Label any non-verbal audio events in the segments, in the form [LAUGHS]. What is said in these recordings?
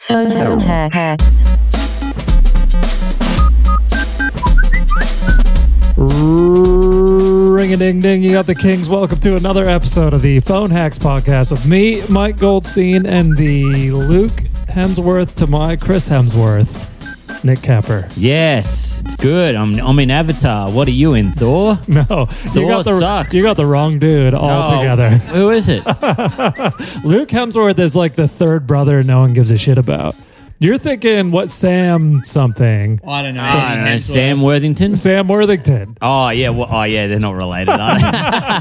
Phone home hacks. Ring a ding ding, you got the Kings. Welcome to another episode of the Phone Hacks Podcast with me, Mike Goldstein, and the Luke Hemsworth to my Chris Hemsworth, Nick Capper. [LAUGHS] Yes, it's good. I'm I'm in Avatar. What are you in Thor? No, you Thor got the sucks. you got the wrong dude Oh, altogether. [LAUGHS] Who is it? Luke Hemsworth is like the third brother no one gives a shit about. You're thinking what Sam something, I don't [LAUGHS] know. I don't know. Sam Worthington. Sam Worthington. Oh yeah. Well, oh yeah. They're not related. Are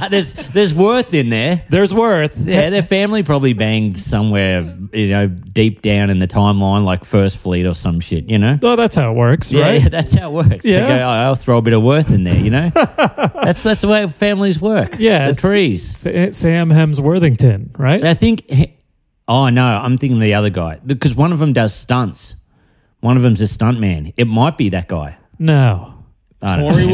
they? [LAUGHS] there's there's Worth in there. There's Worth. Yeah, their family probably banged somewhere, you know, deep down in the timeline, like First Fleet or some shit, you know. Oh, that's how it works, Yeah, right? yeah, [LAUGHS] that's how it works. They Yeah. go, "Oh, I'll throw a bit of worth in there, [LAUGHS] you know. that's that's the way families work. Yeah, the it's- trees. Sa- Sam Hemsworthington, right? I think. Oh no, I'm thinking the other guy because one of them does stunts. One of them's a stunt man. It might be that guy. no. I don't Corey know.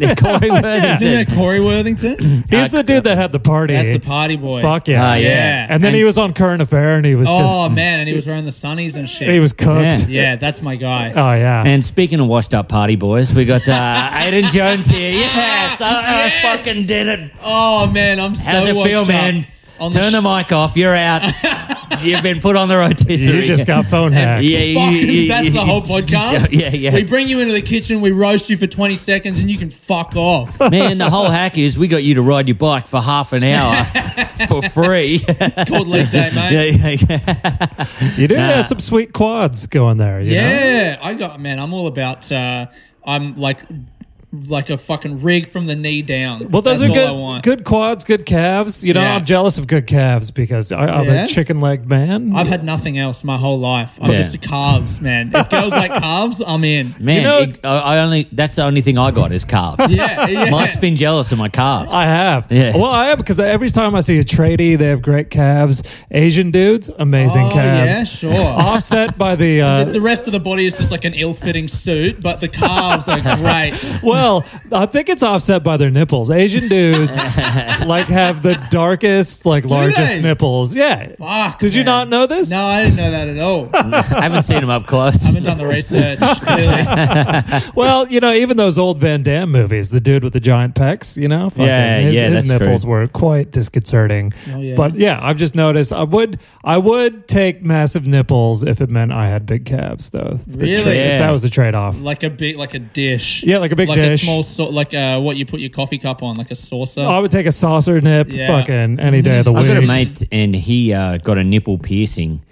[LAUGHS] Yeah, Corey Isn't Worthington. that Corey Worthington? He's the dude that had the party. That's the party boy. Fuck yeah. Ah, yeah. Yeah. And then he was on Current Affair and he was Oh just, man, and he was wearing the sunnies and shit. he was cooked. Yeah. yeah, that's my guy. Oh, yeah. And speaking of washed up party boys, we got uh, Aiden Jones here. Yes, I, I Yes! fucking did it. oh man, I'm so How's it washed feel, up. man? On the Turn the, sh- mic off. You're [LAUGHS] out. You've been put on the rotisserie. you just got phone hacked. Yeah, you- Fuck, [LAUGHS] you- that's you- the whole podcast. Yeah, yeah. We bring you into the kitchen, we roast you for 20 seconds, and you can fuck off. [LAUGHS] Man, the whole hack is we got you to ride your bike for half an [LAUGHS] hour for free. It's called leg day, [LAUGHS] mate. yeah, yeah, yeah. You do have some sweet quads going there. you know? Yeah, I got man. I'm all about. Uh, I'm like, like a fucking rig from the knee down. Well, those are That's all I good, want. good quads, good calves. You know, Yeah. I'm jealous of good calves because I, I'm Yeah. a chicken leg man. I've had nothing else my whole life. I'm Yeah. just calves, man. If [LAUGHS] girls like calves, I'm in. Man, You know- it- I, I only that's the only thing I got is calves. [LAUGHS] [LAUGHS] Yeah, [LAUGHS] yeah. Mike's been jealous of my calves. I have. Yeah. Well, I have because every time I see a tradie, they have great calves. Asian dudes, amazing oh, yeah, calves. [LAUGHS] Oh. sure. Offset by [LAUGHS] the uh, the rest of the body is just like an ill-fitting suit, but the calves are [LAUGHS] great. Well, I think it's offset by their nipples. Asian [LAUGHS] dudes like have the darkest, like largest they? nipples. Yeah. Fuck, Did you not man. know this? No, I didn't know that [LAUGHS] at all. I I haven't seen him up [LAUGHS] close. haven't done the research. [LAUGHS] Really. Well, you know, even those old Van Damme movies, the dude with the giant pecs, you know, fucking Yeah, his, yeah, his that's nipples true. were quite disconcerting. Oh, yeah. But yeah, I've just noticed I would I would take massive nipples if it meant I had big calves, though. The Really? trade- if Yeah. that was the trade off. Like a big, like a dish. Yeah, like a big like dish. Oh. a small, so- like uh, what you put your coffee cup on, like a saucer. I would take a saucer nip Yeah. fucking any day of the [LAUGHS] I week. got a mate, and he uh, got a nipple piercing,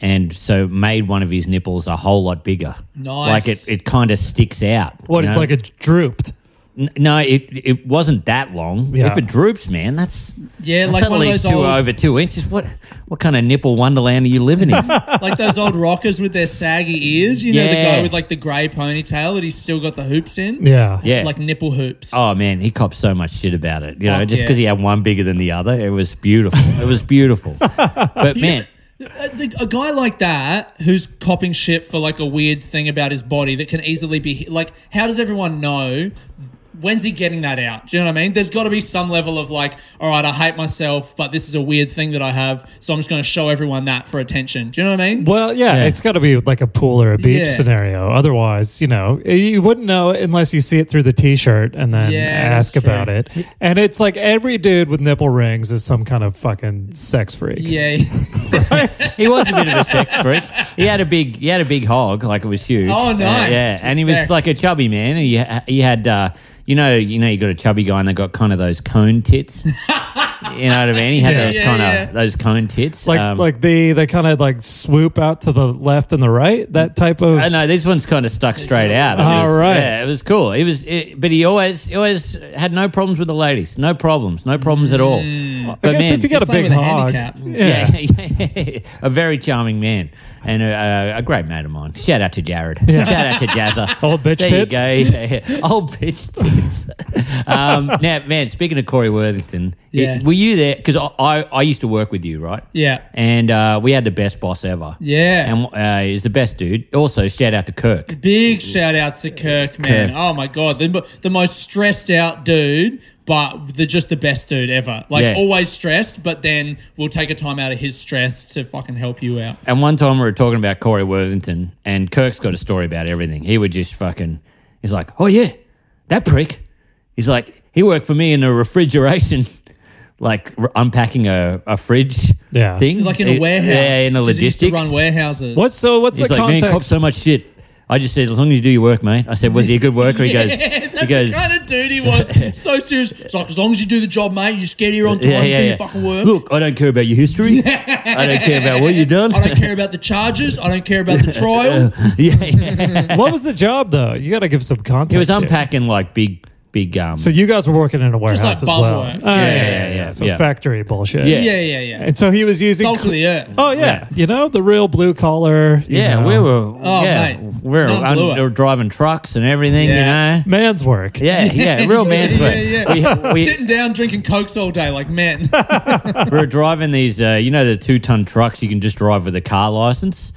and so made one of his nipples a whole lot bigger. Nice. like it, it kind of sticks out. what you know? like it drooped. N- no, it it wasn't that long. Yeah. If it droops, man, that's Yeah, that's like at one of least those two old- over two inches. What what kind of nipple wonderland are you living [LAUGHS] in? like those old rockers with their saggy ears. You know, the guy Yeah. with like the grey ponytail that he's still got the hoops in. Yeah. Yeah. like nipple hoops. [LAUGHS] Oh man, he copped so much shit about it. You know, Fuck just Oh, yeah. because he had one bigger than the other, it was beautiful. It was [LAUGHS] beautiful. but man, A, Uh, the- a guy like that who's copping shit for like a weird thing about his body that can easily be like, how does everyone know? When's he getting that out? Do you know what I mean? There's got to be some level of like, all right, I hate myself, but this is a weird thing that I have, so I'm just going to show everyone that for attention. Do you know what I mean? Well, yeah, Yeah. it's got to be like a pool or a beach Yeah. scenario. Otherwise, you know, eh, you wouldn't know unless you see it through the t-shirt and then Yeah, ask that's true. about it. And it's like every dude with nipple rings is some kind of fucking sex freak. Yeah. [LAUGHS] he was a bit of a sex freak. He had a big, he had a big hog, like it was huge. Oh, Uh, nice. yeah, and he was Respect. like a chubby man. He he had, uh, you know, you know, you got a chubby guy, and they got kind of those cone tits. [LAUGHS] you know what I mean? He had Yeah. those Yeah, kind of yeah. those cone tits. Like Um, like they they kind of like swoop out to the left and the right. Mm. That type of I know this one's kind of stuck straight out. It All was- right. yeah, it was cool. He was, it, but he always, he always had no problems with the ladies. No problems, no problems at all. Mm. I But guess man, if you got a just playing big with a hog, handicap. yeah. yeah, [LAUGHS] a very charming man and a, a, a great mate of mine. Shout out to Jared. [LAUGHS] Shout out to [LAUGHS] Jazza. Old bitch tits. there you go. [LAUGHS] Yeah, yeah. Old bitch tits. [LAUGHS] um, now, man, speaking of Corey Worthington, it- Yes. were you there? Because I, I, I used to work with you, right? Yeah. And uh, we had the best boss ever. Yeah. And uh, he's the best dude. Also, shout out to Kirk. Big shout outs to Kirk, man. Mm-hmm. Kirk. Oh my god, the, the most stressed out dude but the just the best dude ever. Like Yeah. always stressed, but then we'll take a time out of his stress to fucking help you out. And one time we were talking about Corey Worthington, and Kirk's got a story about everything. He would just fucking, he's like, oh yeah, that prick. He's like, he worked for me in a refrigeration, [LAUGHS] like r- unpacking a, a fridge Yeah. thing. Like in a It- warehouse. Yeah, in a 'cause he used to logistics. run warehouses. [LAUGHS] What's so? What's He's the like, man, cops context? so much shit. I just said, as long as you do your work, mate. I said, was he a good [LAUGHS] worker? He goes, That's he goes, the kind of dude [LAUGHS] he was. So serious. It's like, as long as you do the job, mate, you just get here on time, do your fucking work. Look, I don't care about your [LAUGHS] history. I don't care about what you've done. [LAUGHS] I don't care about the charges. I don't care about the trial. yeah, yeah. what was the job though? You got to give some context. He was here. unpacking like big, big. Um, So you guys were working in a warehouse like as bum well. work. Oh, Yeah, yeah, yeah, So yeah. factory bullshit. Yeah. Yeah, yeah, yeah. And so he was using. Salt of the earth. oh yeah. Yeah. you know the real blue collar. you yeah, know, we were. Oh, yeah, mate. we were, None un- blew it. we were driving trucks and everything. Yeah. You [LAUGHS] know. man's work. Yeah, yeah, real man's yeah, work. yeah. We, we, [LAUGHS] Sitting down drinking cokes all day, like men. we were driving these, uh, you know, the two ton trucks you can just drive with a car license.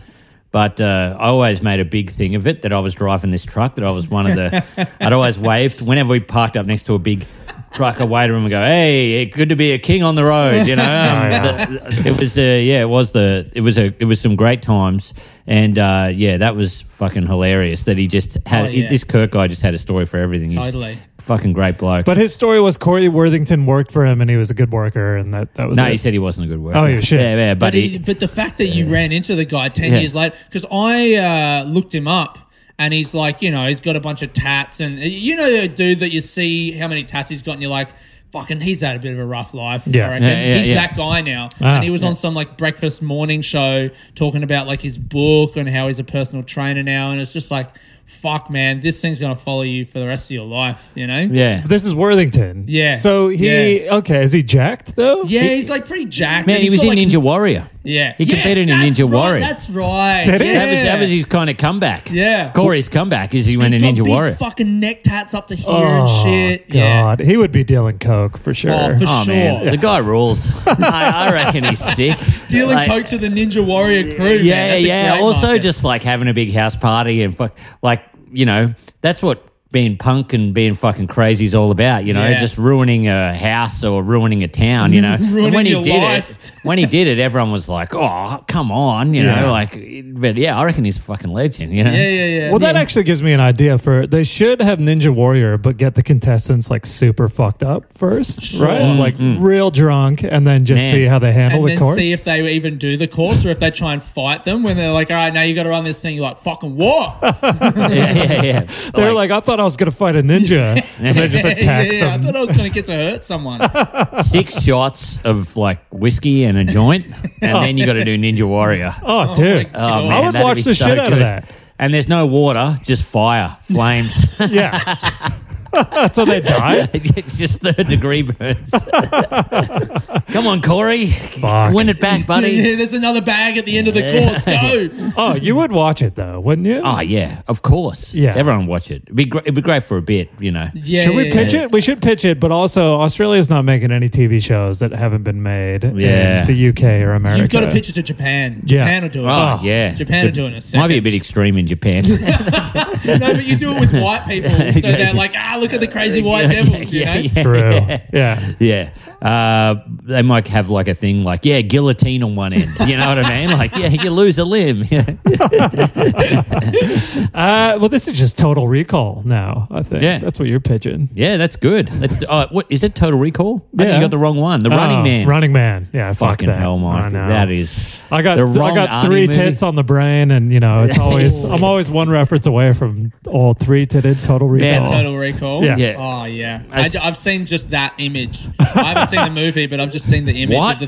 But uh, I always made a big thing of it that I was driving this truck, that I was one of the. [LAUGHS] I'd always waved whenever we parked up next to a big truck, I waved and we go, "Hey, it good to be a king on the road," [LAUGHS] you Oh, know. Um, the- it was, uh, yeah, it was the, it was a, it was some great times, and uh, yeah, that was fucking hilarious. That he just had Oh, yeah. this Kirk guy just had a story for everything. He's Totally. fucking great bloke. But his story was Corey Worthington worked for him, and he was a good worker, and that that was no, it. he said he wasn't a good worker. Oh, yeah, shit. yeah, yeah, but, but he, he, but the fact that you ran into the guy 10 Yeah. years later because i uh, looked him up and he's like you know he's got a bunch of tats and uh, you know the dude that you see how many tats he's got and you're like fucking he's had a bit of a rough life I Yeah. reckon. Yeah, yeah, he's yeah. that guy now Ah. and he was on some like breakfast morning show talking about like his book and how he's a personal trainer now and it's just like fuck man this thing's gonna follow you for the rest of your life you know yeah. This is Worthington. Yeah. So he okay? Is he jacked though? yeah, he's like pretty jacked. Man, and he he's was in got, like, Ninja Warrior. Yeah, He competed in that's Ninja right, Warrior. That's right. Did he? Yeah. That was that was his kind of comeback. Yeah. Corey's comeback is he went He's in got Ninja big Warrior. Fucking neck tats up to here and Oh shit. Yeah. God, he would be dealing coke for sure. Oh, for Oh sure. man, the guy rules. [LAUGHS] I, I reckon he's sick. Dealing Like, coke to the Ninja Warrior crew. man. Yeah, That's a yeah. great Also, market. just like having a big house party and fuck, like you know, that's what being punk and being fucking crazy is all about. You know, Yeah. just ruining a house or ruining a town. [LAUGHS] You know, And Ruining when your he did life. [LAUGHS] it, when he did it, everyone was like, "Oh, come on," you Yeah. know, like. But yeah, I reckon he's a fucking legend. You know, Yeah, yeah, yeah. Well, that actually gives me an idea for they should have Ninja Warrior, but get the contestants like super fucked up first, right? Like real drunk, and then just Mm-hmm. Man. see how they handle and the then course. see if they even do the course or if they try and fight them when they're like, all right, now you got to run this thing. You're like, [LAUGHS] fucking what? [LAUGHS] yeah, yeah, yeah. They're like, I thought I was going to fight a [LAUGHS] ninja, and they just yeah, attack yeah. I some. thought I was going to get to hurt someone. [LAUGHS] six shots of like whiskey and a joint, and then you got to do Ninja Warrior. Oh, dude, my God. Oh, man, I would that'd watch be the so shit out of good. that. And there's no water, just fire, [LAUGHS] flames. [LAUGHS] [LAUGHS] Yeah, [LAUGHS] so they die. it's just third degree burns. [LAUGHS] Come on, Corey, Fuck. win it back, [LAUGHS] yeah, [LAUGHS] buddy. [LAUGHS] there's another bag at the end of the course. [LAUGHS] Go. Oh, you would watch it though, wouldn't you? Oh yeah, of course. Yeah. everyone watch it. It'd be great. It'd be great for a bit, you know. Yeah, should we yeah, pitch yeah. it? We should pitch it, but also Australia's not making any TV shows that haven't been made in Yeah. the UK or America. You've got to pitch it to Japan. Yeah. Ah. Japan will do it. Oh, yeah, Japan are doing it Might be a second. bit extreme [LAUGHS] in Japan. [LAUGHS] No, but you do it with [LAUGHS] white people, so they're like, ah, look at the crazy white devils, you know? yeah, [LAUGHS] yeah. True. yeah. Yeah. Uh, they might have like a thing like, yeah, guillotine on one end. You know what I mean? Like, yeah, you lose a limb. [LAUGHS] Uh, well, this is just Total Recall now. I think Yeah. that's what you're pitching. yeah, that's good. That's uh, what is it? Total Recall? I think Yeah. you got the wrong one. The Running Oh, Man. Running Man. Yeah, fuck Fucking that. hell, I Mike. know. That is. I got the I wrong got Arnie three movie. tits on the brain, and you know [LAUGHS] it's always I'm always one reference away from all three titted Total Recall. Man, Total Recall. Yeah. Yeah. Oh yeah. I I, s- have seen just that image. I haven't seen the movie, but I've just seen the image What? of the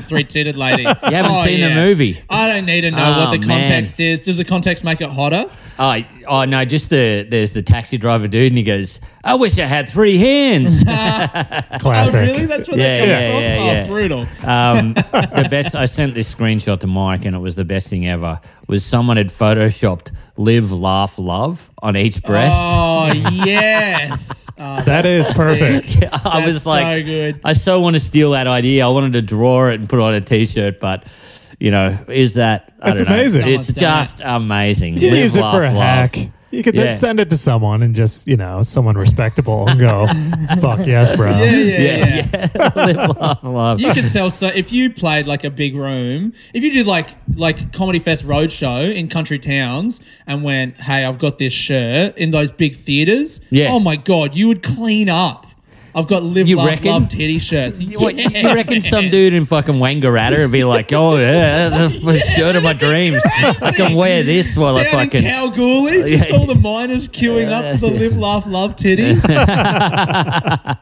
[LAUGHS] three-titted lady. You haven't seen the movie? I don't need to know Oh, what the man. context is. Does the context make it hotter? Oh, oh no! Just the there's the taxi driver dude, and he goes, "I wish I had [LAUGHS] three hands." Classic. Oh, really? That's where Yeah, that comes yeah, from. yeah, oh, yeah. brutal. um, the best. I sent this screenshot to Mike, and it was the best thing ever. Was someone had photoshopped "Live, Laugh, Love" on each breast? Oh [LAUGHS] yes. Oh, That is perfect. Yeah, [LAUGHS] I That's was like, so good. I so want to steal that idea. I wanted to draw it and put it on a T-shirt, but you know, is that? I That's don't know. amazing. It's Someone's done just amazing. You Live, use it laugh, for a love. hack. You could then Yeah. send it to someone and just, you know, someone respectable and go, fuck yes, bro. Yeah, yeah, yeah. yeah, yeah. [LAUGHS] Live, laugh, love. You could sell so if you played like a big room, if you did like like comedy fest roadshow in country towns and went, "Hey, I've got this shirt in those big theaters." Yeah. Oh my god, you would clean up. I've got live, You laugh, reckon? love titty shirts. [LAUGHS] What, you reckon some [LAUGHS] dude in fucking Wangaratta would be like, oh, yeah, that's the shirt of my dreams. I can wear this while Down I fucking. Oh, in Kalgoorlie, just Yeah. all the miners queuing up for the live, laugh, love titties.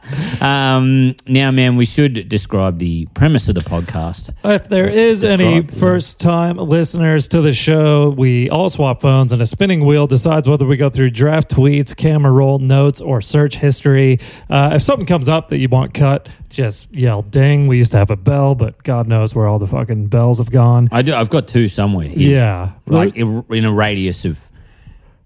[LAUGHS] Um, now, man, we should describe the premise of the podcast. If there is any Describe, yeah. first time listeners to the show, we all swap phones and a spinning wheel decides whether we go through draft tweets, camera roll notes, or search history. Uh, if something comes up that you want cut, just yell ding. We used to have a bell, but God knows where all the fucking bells have gone. I do. I've got two somewhere. Here. Yeah. like in in a radius of,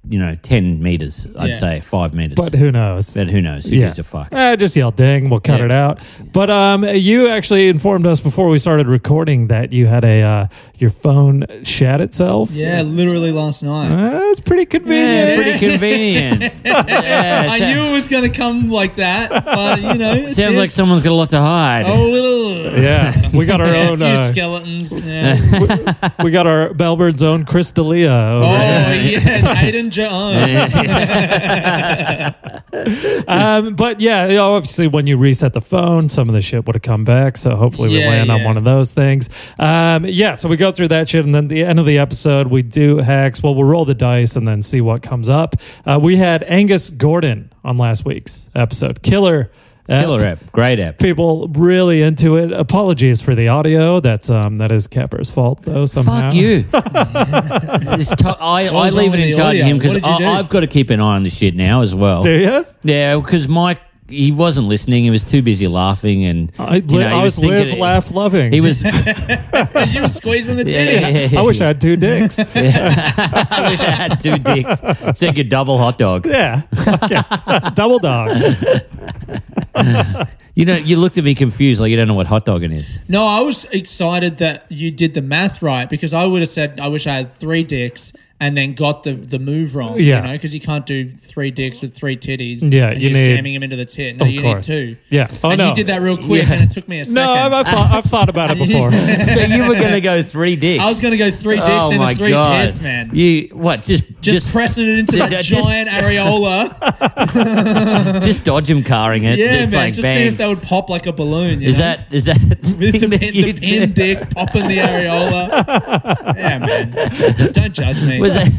you know, ten meters. I'd Yeah. say five meters. but who knows? But who knows? Who gives a fuck? Uh, Eh, just yell ding. We'll cut Yeah. it out. But um, you actually informed us before we started recording that you had a uh, your phone shat itself. yeah, literally last night. Uh, that's pretty convenient. Yeah, pretty convenient. [LAUGHS] yeah, I so- knew it was going to come like that, but you know, it Sounds did. like someone's got a lot to hide. oh, little Yeah, we got our yeah, own. a few Uh, skeletons. Yeah. we got our Bellbird's own Chris D'Elia. over [LAUGHS] oh here. yes, Aiden [LAUGHS] Jones. Um, but yeah, you know, obviously when you reset the phone, some of the shit would have come back. So hopefully we Yeah, land on yeah. one of those things. Um, yeah, so we go through that shit, and then at the end of the episode we do hacks. Well, we'll roll the dice and then see what comes up. Uh, we had Angus Gordon on last week's episode. Killer. app. Killer eh? app, great app. People really into it. Apologies for the audio. That's um that is Capper's fault though. Somehow. Fuck [LAUGHS] you. [LAUGHS] It's to- I, I was leave wrong it with in the charge audio? of him What because did you do? I've got to keep an eye on the shit now as well. Do you? Yeah, because Mike he wasn't listening. He was too busy laughing and I, you know, he I was, live, thinking- laugh, loving. He was. yeah, you were squeezing the titty. yeah, [LAUGHS] yeah. I wish I had two [LAUGHS] dicks. I wish I had two dicks. So you could double hot dog. yeah. Okay. [LAUGHS] Double dog. You know, you looked at me confused, like you don't know what hot dogging is. No, I was excited that you did the math right because I would have said I wish I had three dicks and then got the the move wrong. Yeah. you know, because you can't do three dicks with three titties. Yeah, and you you're just need- jamming them into the tit. No, Of you course. need two. Yeah. Oh, and no. you did that real quick, and it took me a second. No, I've, I've, thought, I've thought about [LAUGHS] it before. [LAUGHS] So you were going to go three dicks. I was going to go three Oh dicks and then three tits, man. You what? Just just, just just, pressing it into Yeah, that just- giant areola. dodge him carring it. Yeah, just man. like just bang. seeing if that would pop like a balloon. you is know? that is that the [LAUGHS] with [LAUGHS] thing the that pin, you the did? pin dick popping the areola? yeah, man. Don't judge me. [LAUGHS] Was that-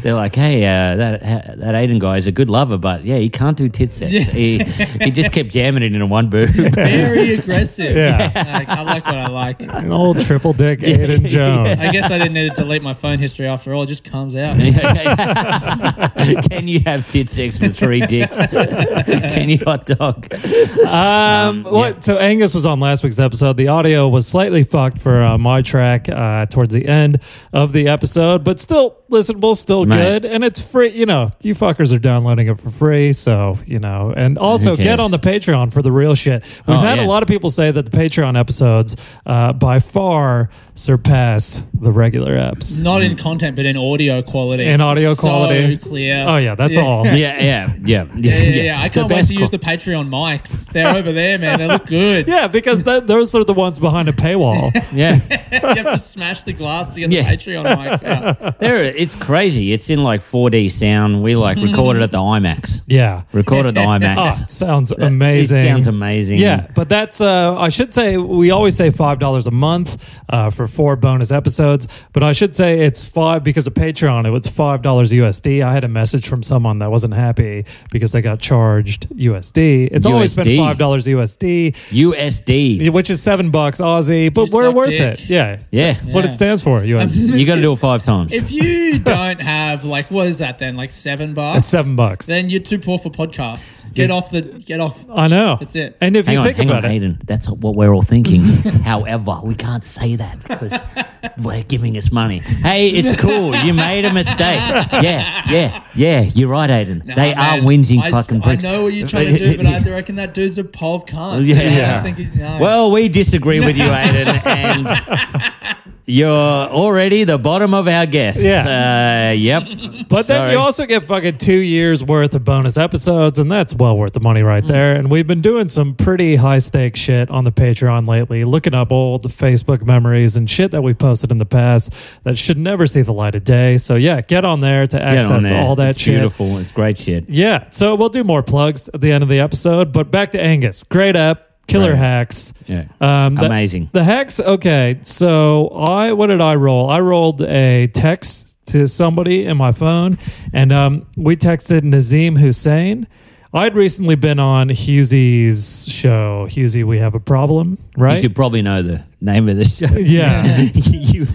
[LAUGHS] They're like, hey, uh, that that Aiden guy is a good lover, but yeah, he can't do tit sex. He he just kept jamming it into one boob. [LAUGHS] Very aggressive. Yeah. Like, I like what I like. An old triple dick [LAUGHS] Aiden Jones. I guess I didn't need to delete my phone history after all. It just comes out. [LAUGHS] Can you have tit sex with three dicks? [LAUGHS] Can you hot dog? Um, what? So Angus was on last week's episode. The audio was slightly fucked for uh, my track uh, towards the end of the episode, but still listenable, still Mate. good, and it's free. You know, you fuckers are downloading it for free, so you know. And also Who get cares? on the Patreon for the real shit. We've Oh, had yeah. a lot of people say that the Patreon episodes uh, by far surpass the regular apps. Not in content, but in audio quality. In audio quality. So clear. Oh yeah, that's [LAUGHS] all. Yeah, yeah, yeah, [LAUGHS] Yeah, yeah, yeah. I The can't wait best to use the Patreon mics. They're over there, man. They look good. [LAUGHS] Yeah, because that, those are the ones behind a paywall. co- [LAUGHS] yeah. [LAUGHS] You have to smash the glass to get Yeah. the Patreon mics [LAUGHS] out. There, it's crazy. It's in like 4D sound. We like recorded at the IMAX. yeah. Recorded the IMAX. Oh, sounds amazing. It sounds amazing. Yeah, but that's uh, I should say we always say five dollars a month uh, for four bonus episodes, but I should say it's five because of Patreon. It was five dollars USD. I had a message from someone that wasn't happy because they got charged USD. It's always been USD. five dollars USD, USD. which is seven bucks Aussie, but You we're suck worth dick. it. Yeah, Yeah. that's what it Yeah. stands for. USD. You got to do it five times. [LAUGHS] If you don't have like what is that then? Like seven bucks? That's seven bucks. Then you're too poor for podcasts. Get off the get off I know. That's it. And if hang you on, think hang about on, it, Aiden. That's what we're all thinking. [LAUGHS] However, we can't say that because we're giving us money. Hey, [LAUGHS] it's cool. You made a mistake. Yeah, yeah, yeah. You're right, Aiden. they Nah, are man. whinging I, fucking I pricks. know what you're trying to [LAUGHS] do, but I reckon that dude's a pov cunt. Yeah. I don't think he- no. [LAUGHS] Well, we disagree with you, Aiden, and You're already the bottom of our guess. Yeah. Uh, yep. But then Sorry. you also get fucking two years worth of bonus episodes, and that's well worth the money Mm. right there. And we've been doing some pretty high stakes shit on the Patreon lately, looking up old Facebook memories and shit that we posted in the past that should never see the light of day. So yeah, get on there to Get access on there. all that it's shit. beautiful. It's great shit. Yeah, so we'll do more plugs at the end of the episode. But back to Angus, great app, killer Right. hacks. Yeah. Um, the- Amazing. The hex. Okay, so I what did I roll? I rolled a text to somebody in my phone, and um, we texted Nazim Hussein. I'd recently been on Husey's show. Husey, we have a problem, right? You should probably know the name of the show. [LAUGHS] [LAUGHS] yeah. you,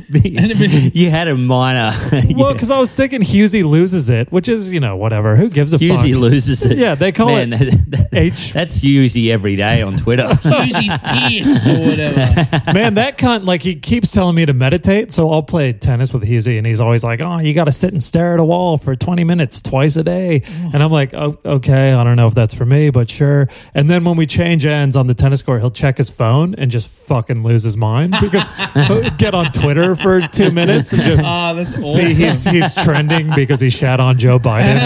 you had a minor. [LAUGHS] Well, because I was thinking Husey loses it, which is you know whatever. Who gives a Husey fuck? loses it. Yeah, they call Man, it [LAUGHS] that- H- That's Husey every day on [LAUGHS] Twitter. Uzi's pierced or [LAUGHS] whatever. Man, that cunt, like, he keeps telling me to meditate. So I'll play tennis with Husey, and he's always like, Oh, you got to sit and stare at a wall for 20 minutes twice a day. Mm. And I'm like, oh, Okay, I don't know if that's for me, but sure. And then when we change ends on the tennis court, he'll check his phone and just fucking lose his mind [LAUGHS] because he'll get on Twitter for two minutes and just. Ah, that's See, awesome. he's, he's trending because he shat on Joe [LAUGHS] Biden.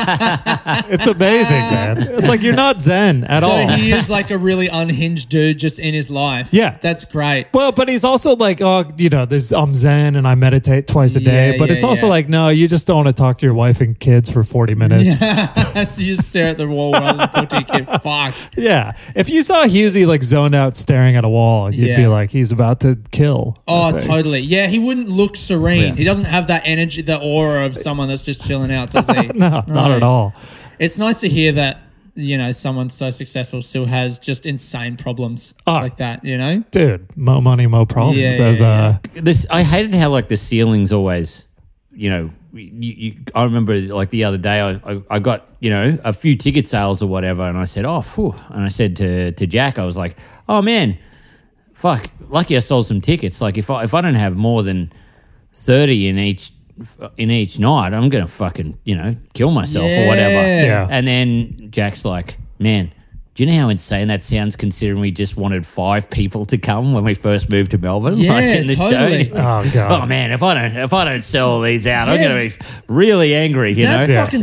it's amazing, man. It's like you're not Zen at So all. he is like a really unhinged dude just in his life. Yeah. That's great. [LAUGHS] Well, but he's also like, oh, you know, this I'm Zen and I meditate twice a day. Yeah, but yeah, it's also yeah. like, no, you just don't want to talk to your wife and kids for 40 [LAUGHS] minutes. Yeah. so you just stare at the wall while you talk to your [LAUGHS] kid. Fuck. If you saw Husey like zoned out staring at a wall, you'd be Yeah. like, he's about to kill. [LAUGHS] Oh, totally. Yeah, he wouldn't look serene. Yeah. He doesn't have that energy, the aura of someone that's just chilling out, does he? [LAUGHS] No, not at all. It's nice to hear that, you know, someone so successful still has just insane problems Oh. like that, you know? Dude, mo money, mo problems. Yeah, as, yeah, uh, this I hated how like the ceilings always, you know. You, you, I remember like the other day I, I, I got you know a few ticket sales or whatever, and I said oh phew, and I said to to Jack I was like oh man, fuck, lucky I sold some tickets. Like if I if I don't have more than thirty in each in each night, I'm gonna fucking you know kill myself or whatever. Yeah. Yeah. And then Jack's like, man. Do you know how insane that sounds considering we just wanted five people to come when we first moved to Melbourne? [LAUGHS] like Yeah, in this totally. show? Oh, God. [LAUGHS] Oh man, if I don't if I don't sell these out, I'm Yeah. gonna be really angry. You That's [LAUGHS] know, Yeah. fucking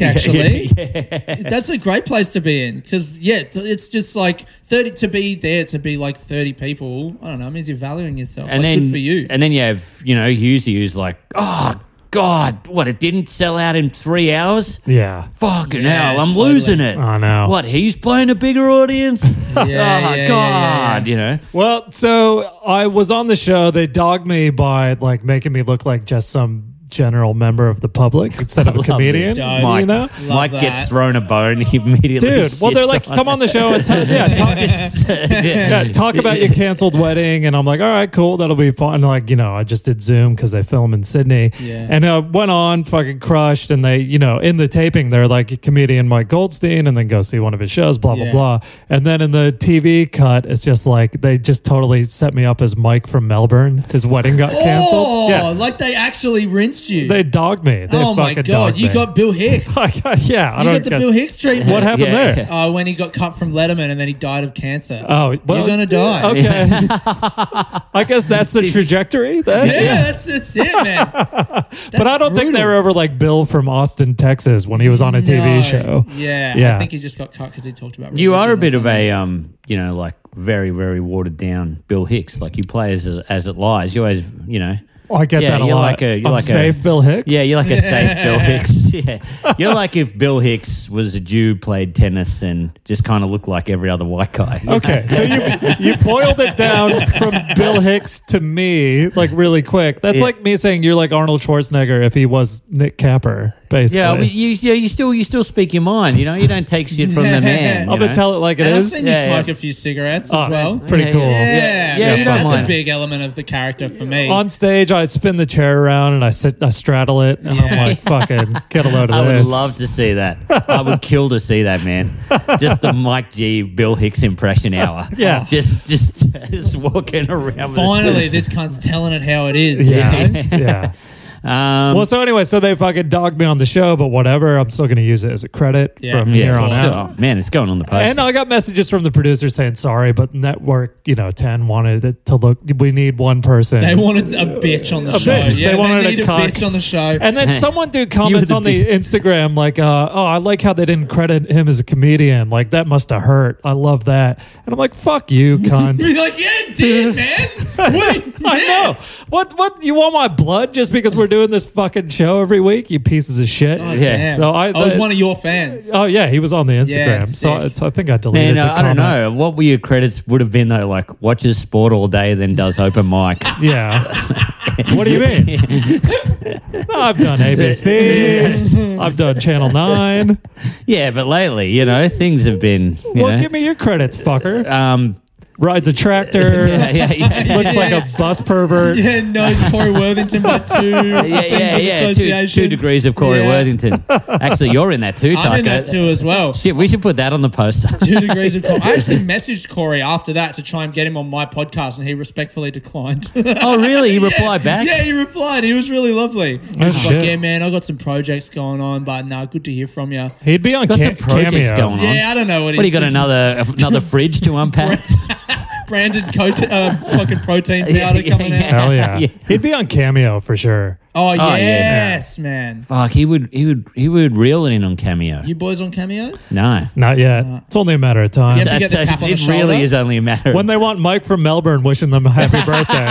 [LAUGHS] actually. That's a great place to be in because, yeah, t- it's just like 30 to be there to be like 30 people. I don't know, it means you're valuing yourself. and like, then good for you. and then you have you know Husey who's like, oh god, what it didn't sell out in three hours. yeah. Fucking Yeah, hell, I'm totally. losing it. I know. What he's playing a [LAUGHS] bigger audience. [LAUGHS] oh yeah, yeah, god, you know. Well, so I was on the show. They dogged me by like making me look like just some general member of the public instead [LAUGHS] of a Love this. comedian. show. You Mike, know? Mike that. gets thrown a bone he immediately. Dude, well, they're shits like, come [LAUGHS] on the show and tell, yeah, [LAUGHS] talk, yeah, talk about your canceled wedding. And I'm like, all right, cool. That'll be fun. Like, you know, I just did Zoom because they film in Sydney. Yeah. And uh, went on, fucking crushed. And they, you know, in the taping, they're like, comedian Mike Goldstein, and then go see one of his shows, blah, Yeah. blah, blah. And then in the TV cut, it's just like, they just totally set me up as Mike from Melbourne. His wedding got canceled. Oh, yeah. like they actually rinsed you. They dogged me. They oh my fucking god, dogged you me. [LAUGHS] uh, got Bill Hicks. you yeah, I got don't the get- Bill Hicks treatment. [LAUGHS] What happened Yeah. [LAUGHS] there? Oh, when he got cut from Letterman and then he died of cancer. Oh, well, you're gonna die. Okay. [LAUGHS] I guess that's the trajectory. then. Yeah, that's that's [LAUGHS] it, man. but I don't think they were ever like Bill from Austin, Texas when he was on a TV No. show. Yeah, Yeah. I think he just got cut because he talked about. You are a religion or bit of something. a, um, you know, like very, very watered down Bill Hicks. Like you play as as it lies. You always, you know, Oh, I get Yeah, that a you're lot. like a- you're I'm like a- safe Bill Hicks. yeah, you're like a safe Bill Hicks. [LAUGHS] Yeah, you're like if Bill Hicks was a Jew, played tennis, and just kind of looked like every other white guy. Okay, so you you boiled it [LAUGHS] down from Bill Hicks to me like really quick. That's Yeah. like me saying you're like Arnold Schwarzenegger if he was Nick Capper, basically. Yeah, but you, yeah, you still you still speak your mind. You know, you don't take shit from the man. Yeah. you I'm gonna know? tell it like it And I've is. seen you Yeah, smoke yeah. a few cigarettes Oh, as well. pretty Yeah, cool. Yeah, Yeah, you don't that's mind. a big element of the character for me. On stage, I spin the chair around and I sit, I straddle it, and I'm [LAUGHS] like, "Fucking get a load of I would this." love to see that. I would kill to see that, man. Just the Mike G. Bill Hicks impression hour. Yeah. just just just walking around. with [LAUGHS] a- Finally, this cunt's telling it how it is. Yeah, you know? yeah. Um, Well, so anyway, so they fucking dogged me on the show, but whatever. I'm still going to use it as a credit Yeah. from Yeah, here of on course. out. Oh, man, it's going on the post. And I got messages from the producer saying sorry, but network, you know, ten wanted it to look. We need one person. They wanted a bitch on the A show. bitch. Yeah, They they, wanted a need a, cock. bitch on the show. [LAUGHS] and then someone dude comments the on the Instagram like, uh, "Oh, I like how they didn't credit him as a comedian. Like that must have hurt. I love that." And I'm like, "Fuck you, cunt." Be like, yeah, it did, man. What? [LAUGHS] I know. What? What? You want my blood just because we're doing this fucking show every week? You pieces of shit. Yeah. So I- I was that- one of your fans. Oh yeah, he was on the Instagram. Yeah, so I, sick. so I think I deleted. Man, the uh, I comment. don't know. What were your credits would have been though? Like watches sport all day, then does open [LAUGHS] mic. [LAUGHS] Yeah. what do you mean? No, I've done ABC. I've done Channel Nine. yeah, but lately, you know, things have been. You Well, know, give me your credits, fucker. [LAUGHS] um, Rides a tractor. [LAUGHS] yeah, yeah, yeah. Looks like a bus pervert. [LAUGHS] Yeah, knows Corey Worthington by two. [LAUGHS] [LAUGHS] Yeah, yeah, yeah. Two, two degrees of Corey Yeah. Worthington. Actually, you're in that too, Taco. I'm in that too [LAUGHS] as well. Shit, we should put that on the poster. Two degrees of Corey. I actually messaged Corey after that to try and get him on my podcast, and he respectfully declined. [LAUGHS] oh, really? You reply back? Yeah, he replied. He was really lovely. He was Oh, just shit. like, "Yeah, man, I got some projects going on, but nah, good to hear from you." He'd be on Got ca- some projects cameo. going on. Yeah, I don't know what. What do he's you got? doing. Another another fridge to [LAUGHS] unpack? branded coach, uh, fucking protein powder [LAUGHS] Yeah, yeah, coming yeah. out? Hell yeah. [LAUGHS] Yeah. He'd be on cameo for sure. Oh, yeah. yes, man. Fuck, he would he would he would reel it in on cameo. You boys on cameo? [LAUGHS] No, Not yet. It's only a matter of time. Yeah, You get the tap on the it really shoulder? is only a matter. When Of, they want Mike from Melbourne wishing them a happy [LAUGHS] birthday.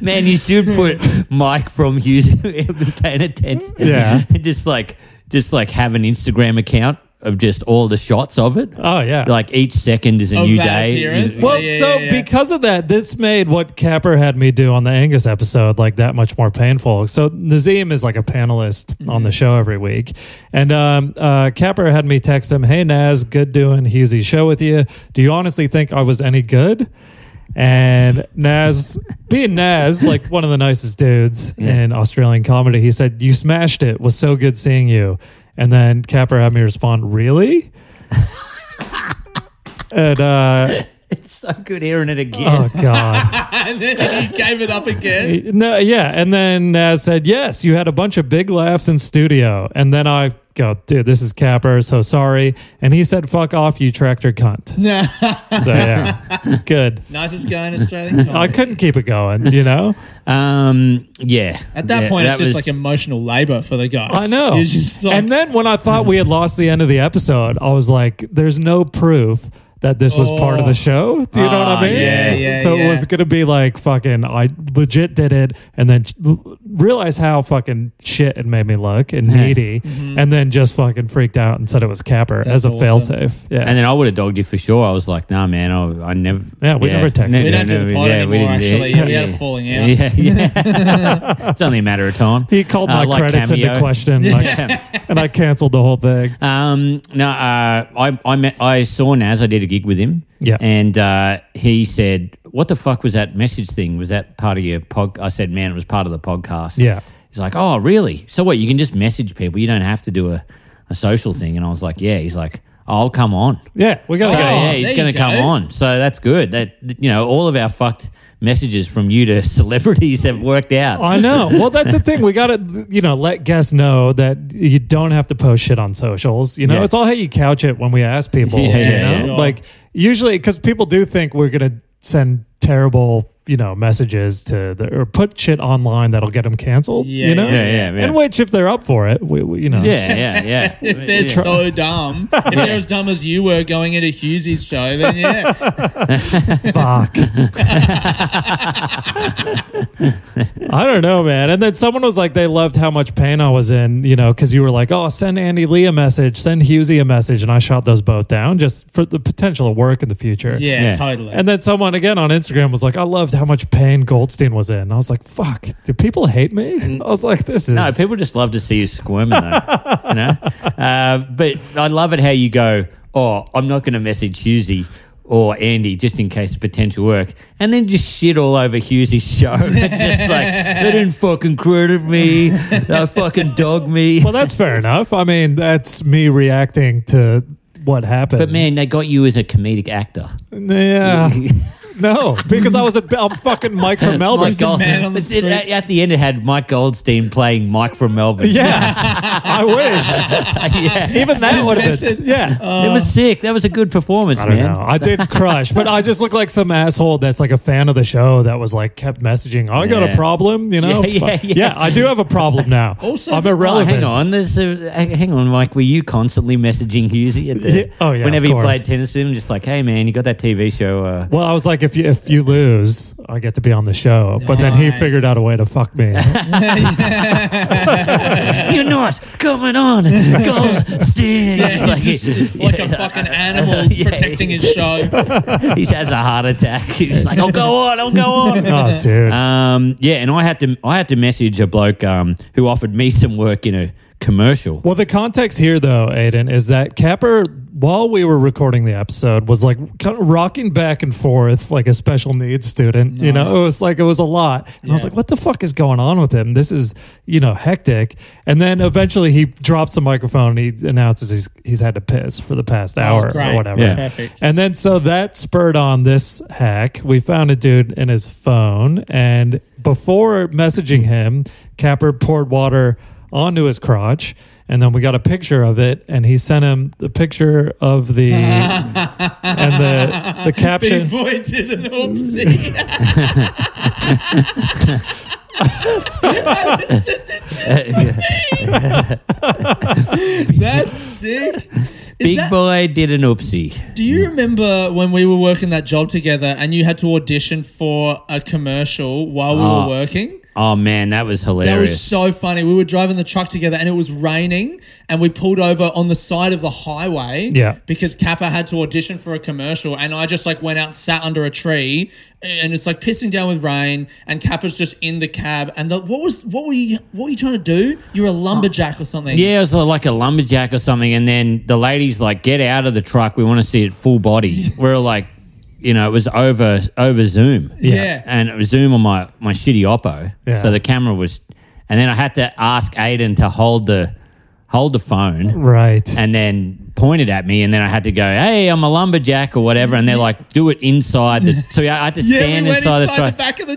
man, you should put [LAUGHS] Mike from Hughes [LAUGHS] paying attention. Yeah. [LAUGHS] just like just like have an Instagram account of just all the shots of it. Oh yeah. Like each second is a Of new that day. appearance? Well, Yeah, yeah, so yeah, yeah. because of that, this made what Capper had me do on the Angus episode like that much more painful. So Nazim is like a panelist on Mm-hmm. the show every week, and um, uh, Capper had me text him, "Hey Naz, good doing Husey show with you. Do you honestly think I was any good?" And Naz, being Naz, like one of the nicest [LAUGHS] dudes in Australian comedy, he said, "You smashed it. Was so good seeing you." And then Capper had me respond, [LAUGHS] "Really?" and uh, [LAUGHS] It's so good hearing it again. [LAUGHS] oh god. And then he gave it [LAUGHS] up again. No, yeah, and then uh, said yes. You had a bunch of big laughs in studio, and then I go, dude, this is Capper. So sorry, and he said, "Fuck off, you tractor cunt." Nah. So yeah, good. Nicest guy in Australian I comedy. couldn't keep it going, you know. Um, yeah. At that Yeah, point, that it's just was- like emotional labor for the guy. I know. He's just like, and then when I thought we had lost the end of the episode, I was like, "There's no proof." That this was part of Oh. the show. Do you know what Ah, I mean? yeah, so yeah, so it yeah. was going to be like fucking, I legit did it and then l- realized how fucking shit it made me look and needy and then just fucking freaked out and said it was Capper as a Mm-hmm. awesome. failsafe. Yeah. And then I would have dogged you for sure. I was like, nah, man, I, I never. Yeah, we never texted. We don't do the pod anymore, actually. Yeah, we had a falling out. Yeah, yeah. [LAUGHS] it's only a matter of time. he called Uh, my like credits into Cameo. question [LAUGHS] like, and I canceled the whole thing. Um, no, uh, I I met I saw Naz. I did a gig with him. Yeah. and uh, he said, "What the fuck was that message thing? Was that part of your pod?" I said, "Man, it was part of the podcast." Yeah. he's like, "Oh, really? So what? You can just message people. You don't have to do a, a social thing." And I was like, "Yeah." He's like, "I'll come on." Yeah. We got So, to go. yeah, Oh, there he's you going to go. come on. So that's good. That you know, all of our fucked messages from you to [LAUGHS] celebrities have worked out. I know. Well, that's the thing. We got to, you know, let guests know that you don't have to post shit on socials. You know, Yeah. it's all how you couch it when we ask people. Yeah, you yeah, know? yeah. Like, usually, because people do think we're going to send terrible, you know, messages to, the, or put shit online that'll get them canceled, Yeah, you know? yeah, yeah, yeah. And which, if they're up for it, we, we, you know. yeah, yeah, yeah. [LAUGHS] If they're so [LAUGHS] dumb, if they're as dumb as you were going into Hughesy's show, [LAUGHS] then yeah. Fuck. I don't know, man. And then someone was like, they loved how much pain I was in, you know, because you were like, oh, send Andy Lee a message, send Husey a message. And I shot those both down just for the potential of work in the future. Yeah, Yeah. totally. And then someone again on Instagram was like, I loved how much pain Goldstein was in. I was like, fuck, do people hate me? I was like, this is. No, Mm. people just love to see you squirming, though. you know, uh, but I love it how you go. Oh, I'm not going to message Husey or Andy just in case of potential work, and then just shit all over Husey's show. [LAUGHS] just like they didn't fucking credit me, they fucking dog me. Well, that's fair enough. I mean, that's me reacting to what happened. But man, they got you as a comedic actor. Uh, [LAUGHS] Yeah. No, because I was a I'm fucking Mike from Melbourne. Mike Gold- man on Oh the It- it- street. at the end, it had Mike Goldstein playing Mike from Melbourne. Yeah, I wish. [LAUGHS] [LAUGHS] yeah. Even that would have been. Yeah. uh, it was sick. That was a good performance, I don't man. know. I did crush, but I just look like some asshole that's like a fan of the show that was like kept messaging. I got a Yeah. problem, you know? Yeah, yeah, Fuck. yeah. I do have a problem now. Also- I'm Oh, irrelevant. hang on, there's a, hang on, Mike. Were you constantly messaging Husey at the? Yeah. Oh, yeah, Whenever of you course. played tennis with him, just like, hey man, you got that TV show? Uh, [LAUGHS] Well, I was like, if you if you lose, I get to be on the show. But then he Nice. figured out a way to fuck [LAUGHS] me. You're not going on, Goldstein. [LAUGHS] Yeah, he's just like a yeah. [LAUGHS] fucking animal Yeah. protecting his [LAUGHS] show. he has a heart attack. He's like, I'll go on, I'll go on. oh, dude. Um, yeah, and I had to I had to message a bloke um, who offered me some work in a commercial. Well, the context here, though, Aiden, is that Capper, while we were recording the episode, was like kind of rocking back and forth like a special needs student. You know, it was like it was a lot. And I was Yeah. like, what the fuck is going on with him? This is, you know, hectic. And then eventually he drops the microphone and he announces he's he's had to piss for the past hour great. or whatever. Yeah. Perfect. And then so that spurred on this hack. We found a dude in his phone, and before messaging him, Capper poured water onto his crotch, and then we got a picture of it, and he sent him the picture of [LAUGHS] the and the the Big caption. boy did an oopsie. [LAUGHS] It's just- it's [LAUGHS] just- That's sick. Is Big that- boy did an oopsie. Do you remember when we were working that job together and you had to audition for a commercial while we Ah. were working? Oh man, that was That hilarious. was so funny. We were driving the truck together and it was raining and we pulled over on the side of the highway Yeah. because Kappa had to audition for a commercial and I just like went out and sat under a tree and it's like pissing down with rain and Kappa's just in the cab and the, what was what were you what were you trying to do? You're a lumberjack or something. yeah, it was like a lumberjack or something, and then the ladies like, "Get out of the truck. We want to see it full body." We're like, you know, it was over over Zoom. Yeah. and it was Zoom on my my shitty Oppo. Yeah. So the camera was, and then I had to ask Aiden to hold the hold the phone. Right. and then pointed at me, and then I had to go, "Hey, I'm a lumberjack" or whatever, and they're like, "Do it inside the." [LAUGHS] So yeah, I had to Yeah, stand we went inside, inside, the truck. the back of the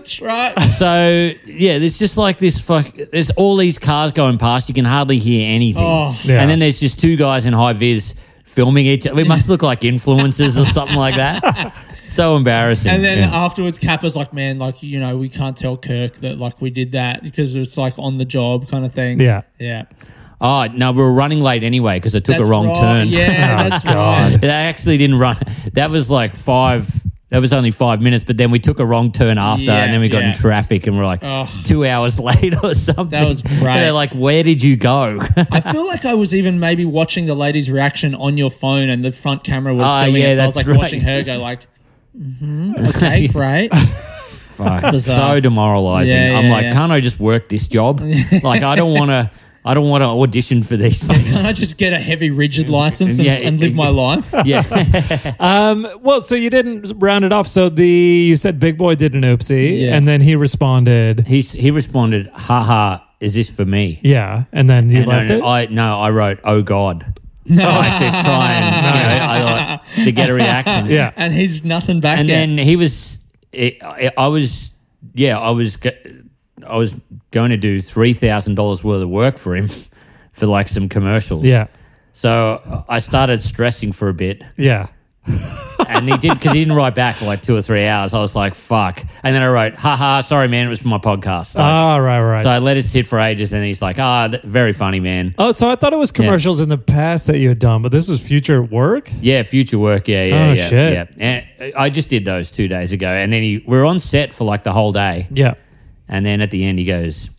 [LAUGHS] truck. so yeah, there's just like this fuck. There's all these cars going past. You can hardly hear anything. Oh. Yeah. And then there's just two guys in high vis filming each. other. We must look like influencers or something like [LAUGHS] that. So embarrassing. And then uh, Yeah. afterwards, Kappa's like, man, like, you know, we can't tell Kirk that, like, we did that because it's, like, on the job kind of thing. Yeah. Yeah. oh no, we were running late anyway because I took That's a wrong right. turn. [LAUGHS] Oh, Yeah, that's right. That actually didn't run. That was like five. That was only five minutes, but then we took a wrong turn after, Yeah, and then we got yeah. in traffic, and we're like Ugh. two hours [LAUGHS] late or something. That was And great. they're like, "Where did you go?" [LAUGHS] I feel like I was even maybe watching the lady's reaction on your phone, and the front camera was Ah, filming yeah, it. So I was like that's watching her right. [LAUGHS] go like, mm-hmm, okay, great. Fuck. Bizarre. so demoralizing. Yeah, I'm yeah, like, yeah. can't I just work this [LAUGHS] job? like, I don't want to. I don't want to audition for these Can things. I just get a heavy rigid license and, Yeah. Oh, and live [LAUGHS] my life? yeah, Um, well, so you didn't round it off. So the you said Big Boy did an oopsie, Yeah. and then he responded, he's he responded, "Haha, is this for me?" "Yeah," and then you And left I, it. I no, I wrote, "Oh [LAUGHS] God." No. like to try and [LAUGHS] you know, I like to get a reaction. yeah. And he's nothing back. and yet. then he was it, I I was yeah i was go- i was going to do $3000 worth of work for him [LAUGHS] for like some commercials yeah. so i started stressing for a bit Yeah. and he did because he didn't write back for like two or three hours i was like fuck and then i wrote haha sorry man it was for my podcast Like, Ah, right, right. so i let it sit for ages and he's like ah th- very funny man Oh, so I thought it was commercials in the past that you had done, but this was future work. Yeah, future work. Yeah, yeah, Oh, yeah, shit. yeah. And I just did those two days ago, and then he, we were on set for like the whole day. Yeah. And then at the end, he goes,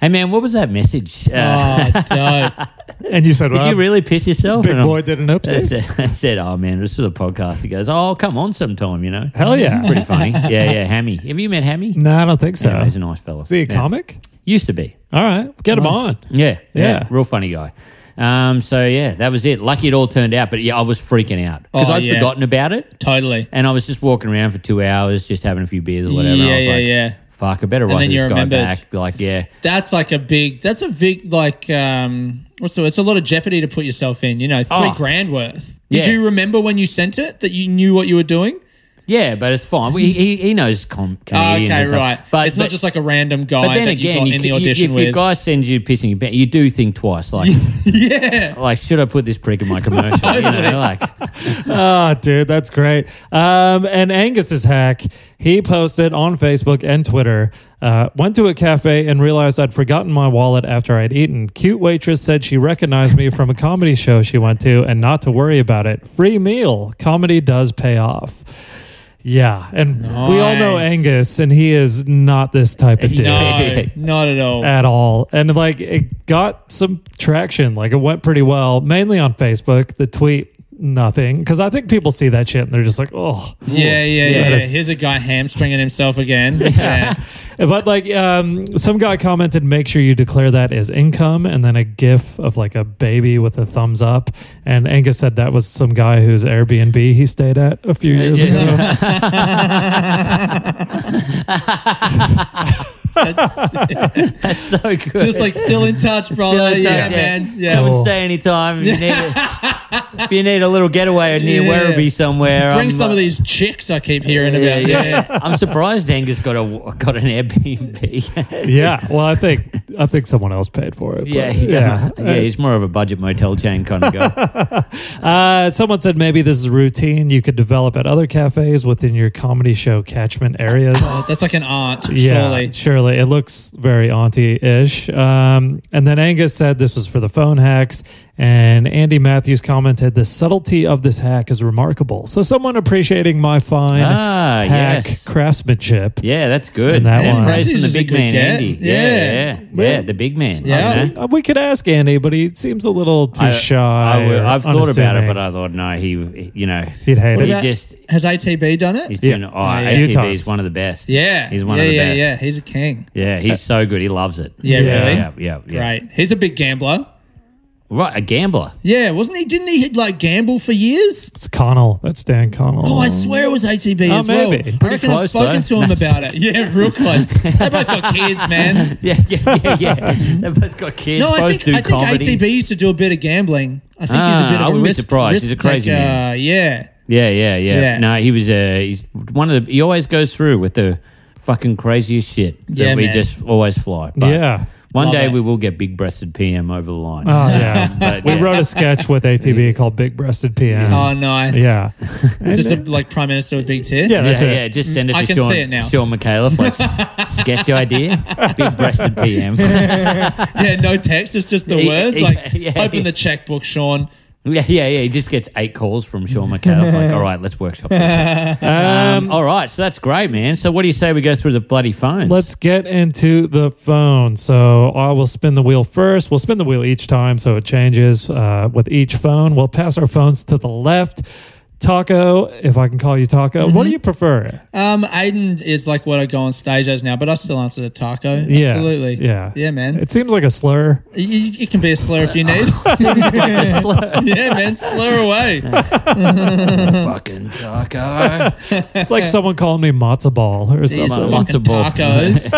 "Hey man, what was that message? Uh, [LAUGHS] oh, dope. And you said, [LAUGHS] did well, you really piss yourself?" Oh, um, Big And I'm- boy did an [LAUGHS] I oopsie. said, I said, "Oh man, this is the podcast." He goes, "Oh, come on, sometime, you know." Hell [LAUGHS] yeah. Pretty funny. yeah, yeah. Hammy, have you met Hammy? no, I don't think so. Yeah, he's a Is nice fella. he a Yeah. comic? Used to be. All right. Get him on. Nice. Yeah, yeah, Yeah. real funny guy. Um, so yeah, that was it. Lucky it all turned out, but yeah, I was freaking out because Oh, I'd yeah. forgotten about it. Totally. [LAUGHS] And I was just walking around for two hours, just having a few beers or whatever. Yeah, I was yeah, like, yeah. Fuck, I better write then this you guy remembered. back. Like, yeah. That's like a big. That's a big. Like, um, what's the? It's a lot of jeopardy to put yourself in. You know, three Oh. grand worth. Did Yeah. you remember when you sent it that you knew what you were doing? Yeah, but it's fine. We, he, he knows com- Ah, comedians. okay, and stuff. right. But it's not just like a random guy But then that again, you got you in the c- you- audition if your with. guy sends you pissing your pants, you do think twice. Like, [LAUGHS] yeah. like should I put this prick in my [LAUGHS] commercial? you know, like, Ah, dude, that's great. Um, and Angus's hack, he posted on Facebook and Twitter. Uh, went to a cafe and realized I'd forgotten my wallet after I'd eaten. Cute waitress said she recognized me from a comedy show she went to and not to worry about it. Free meal. Comedy does pay off. Yeah. And we all know Nice. Angus, and he is not this type of dude [LAUGHS] [LAUGHS] [LAUGHS] No, not at all. Uh, at all. And like it got some traction. Like it went pretty well, mainly on Facebook. The tweet, nothing. Cause I think people see that shit and they're just like, oh. yeah, yeah, yeah. that is- Here's a guy hamstringing himself [LAUGHS] again. Yeah. But like um, some guy commented, make sure you declare that as income. And then a gif of like a baby with a thumbs up. And Angus said that was some guy whose Airbnb he stayed at a few years [LAUGHS] ago. [LAUGHS] That's, that's so good. just like still in touch, brother. in yeah, touch, yeah. man. Yeah. come Cool. and stay anytime. If you need a, [LAUGHS] if you need a little getaway near Yeah. Werribee somewhere, Bring I'm, some uh, of these chicks I keep hearing Yeah, yeah, about. Yeah. yeah. I'm surprised Angus got a got an Airbnb. yeah. Well, I think, I think someone else paid for it. but [LAUGHS] yeah, yeah, yeah. He's more of a budget motel chain kind [LAUGHS] of guy. Uh, someone said maybe this is a routine you could develop at other cafes within your comedy show catchment [COUGHS] areas. Uh, That's like an aunt, yeah, surely. surely. It looks very auntie-ish. Um, and then Angus said this was for the phone hacks, and Andy Matthews commented the subtlety of this hack is remarkable. So someone appreciating my fine Ah, hack yes. craftsmanship. Yeah, that's good. And that one. praise Andy's from the just a big good man, get. Andy. Yeah. Yeah, yeah, yeah, the big man. Yeah. You know? Uh, We could ask Andy, but he seems a little too shy. I, or have thought about it, unassuming. but I thought no, he, you know, He'd hate he it. about- just Has ATB done it? he's Yeah. doing. Oh, Yeah. ATB Utah's. is one of the best. yeah. he's one yeah, of the yeah, best. Yeah, he's a king. Yeah, he's so good. He loves it. Yeah, Yeah. really. Uh, yeah, yeah, yeah. Great. He's a big gambler. Right, a gambler. Yeah, wasn't he? Didn't he like gamble for years? It's Connell. That's Dan Connell. Oh, I swear it was ATB Oh, as well. maybe. I Mm. Pretty reckon I've close, spoken though. to him about it. Yeah, [LAUGHS] real close. they both got kids, man. Yeah, yeah, yeah, yeah. [LAUGHS] they both got kids. No, both I think, do I think comedy. ATB used to do a bit of gambling. I think he's a Ah, bit I of a wouldn't be risk, surprised. He's a risk crazy taker. man. Yeah. Yeah, yeah, yeah, Yeah. No, he was. Uh, he's one of the. He always goes through with the fucking craziest shit that Yeah, we man. just always fly. But Yeah. One Love day it. we will get big-breasted PM over the line. Oh [LAUGHS] yeah, But, we yeah. wrote a sketch with ATB called "Big Breasted Mm. PM." Oh, nice. yeah, Is this a, like Prime Minister with big tits? Yeah. Yeah, That's it. yeah, just send it I to can Sean, see it now. Sean McAuliffe, like s- sketch idea, big-breasted [LAUGHS] PM. yeah, [LAUGHS] Yeah, no text. It's just the Yeah, words. yeah, Like, [LAUGHS] yeah. open the checkbook, Sean. yeah, yeah. He just gets eight calls from Sean McAuliffe. Like, all right, let's workshop this. [LAUGHS] Um, all right, so that's great, man. So what do you say we go through the bloody phones? Let's get into the phone. So I will spin the wheel first. We'll spin the wheel each time, so it changes uh, with each phone. We'll pass our phones to the left. Taco, if I can call you Taco, what do Mm-hmm. you prefer? Um, Aiden is like what I go on stage as now, but I still answer to taco. Absolutely. Yeah, Yeah, man. It seems like a slur. You- you- It can be a slur if [LAUGHS] you need. [LAUGHS] yeah, man. [LAUGHS] Slur [LAUGHS] away. [LAUGHS] fucking taco. It's like someone calling me matzo ball or These something. lots of fucking ball. tacos.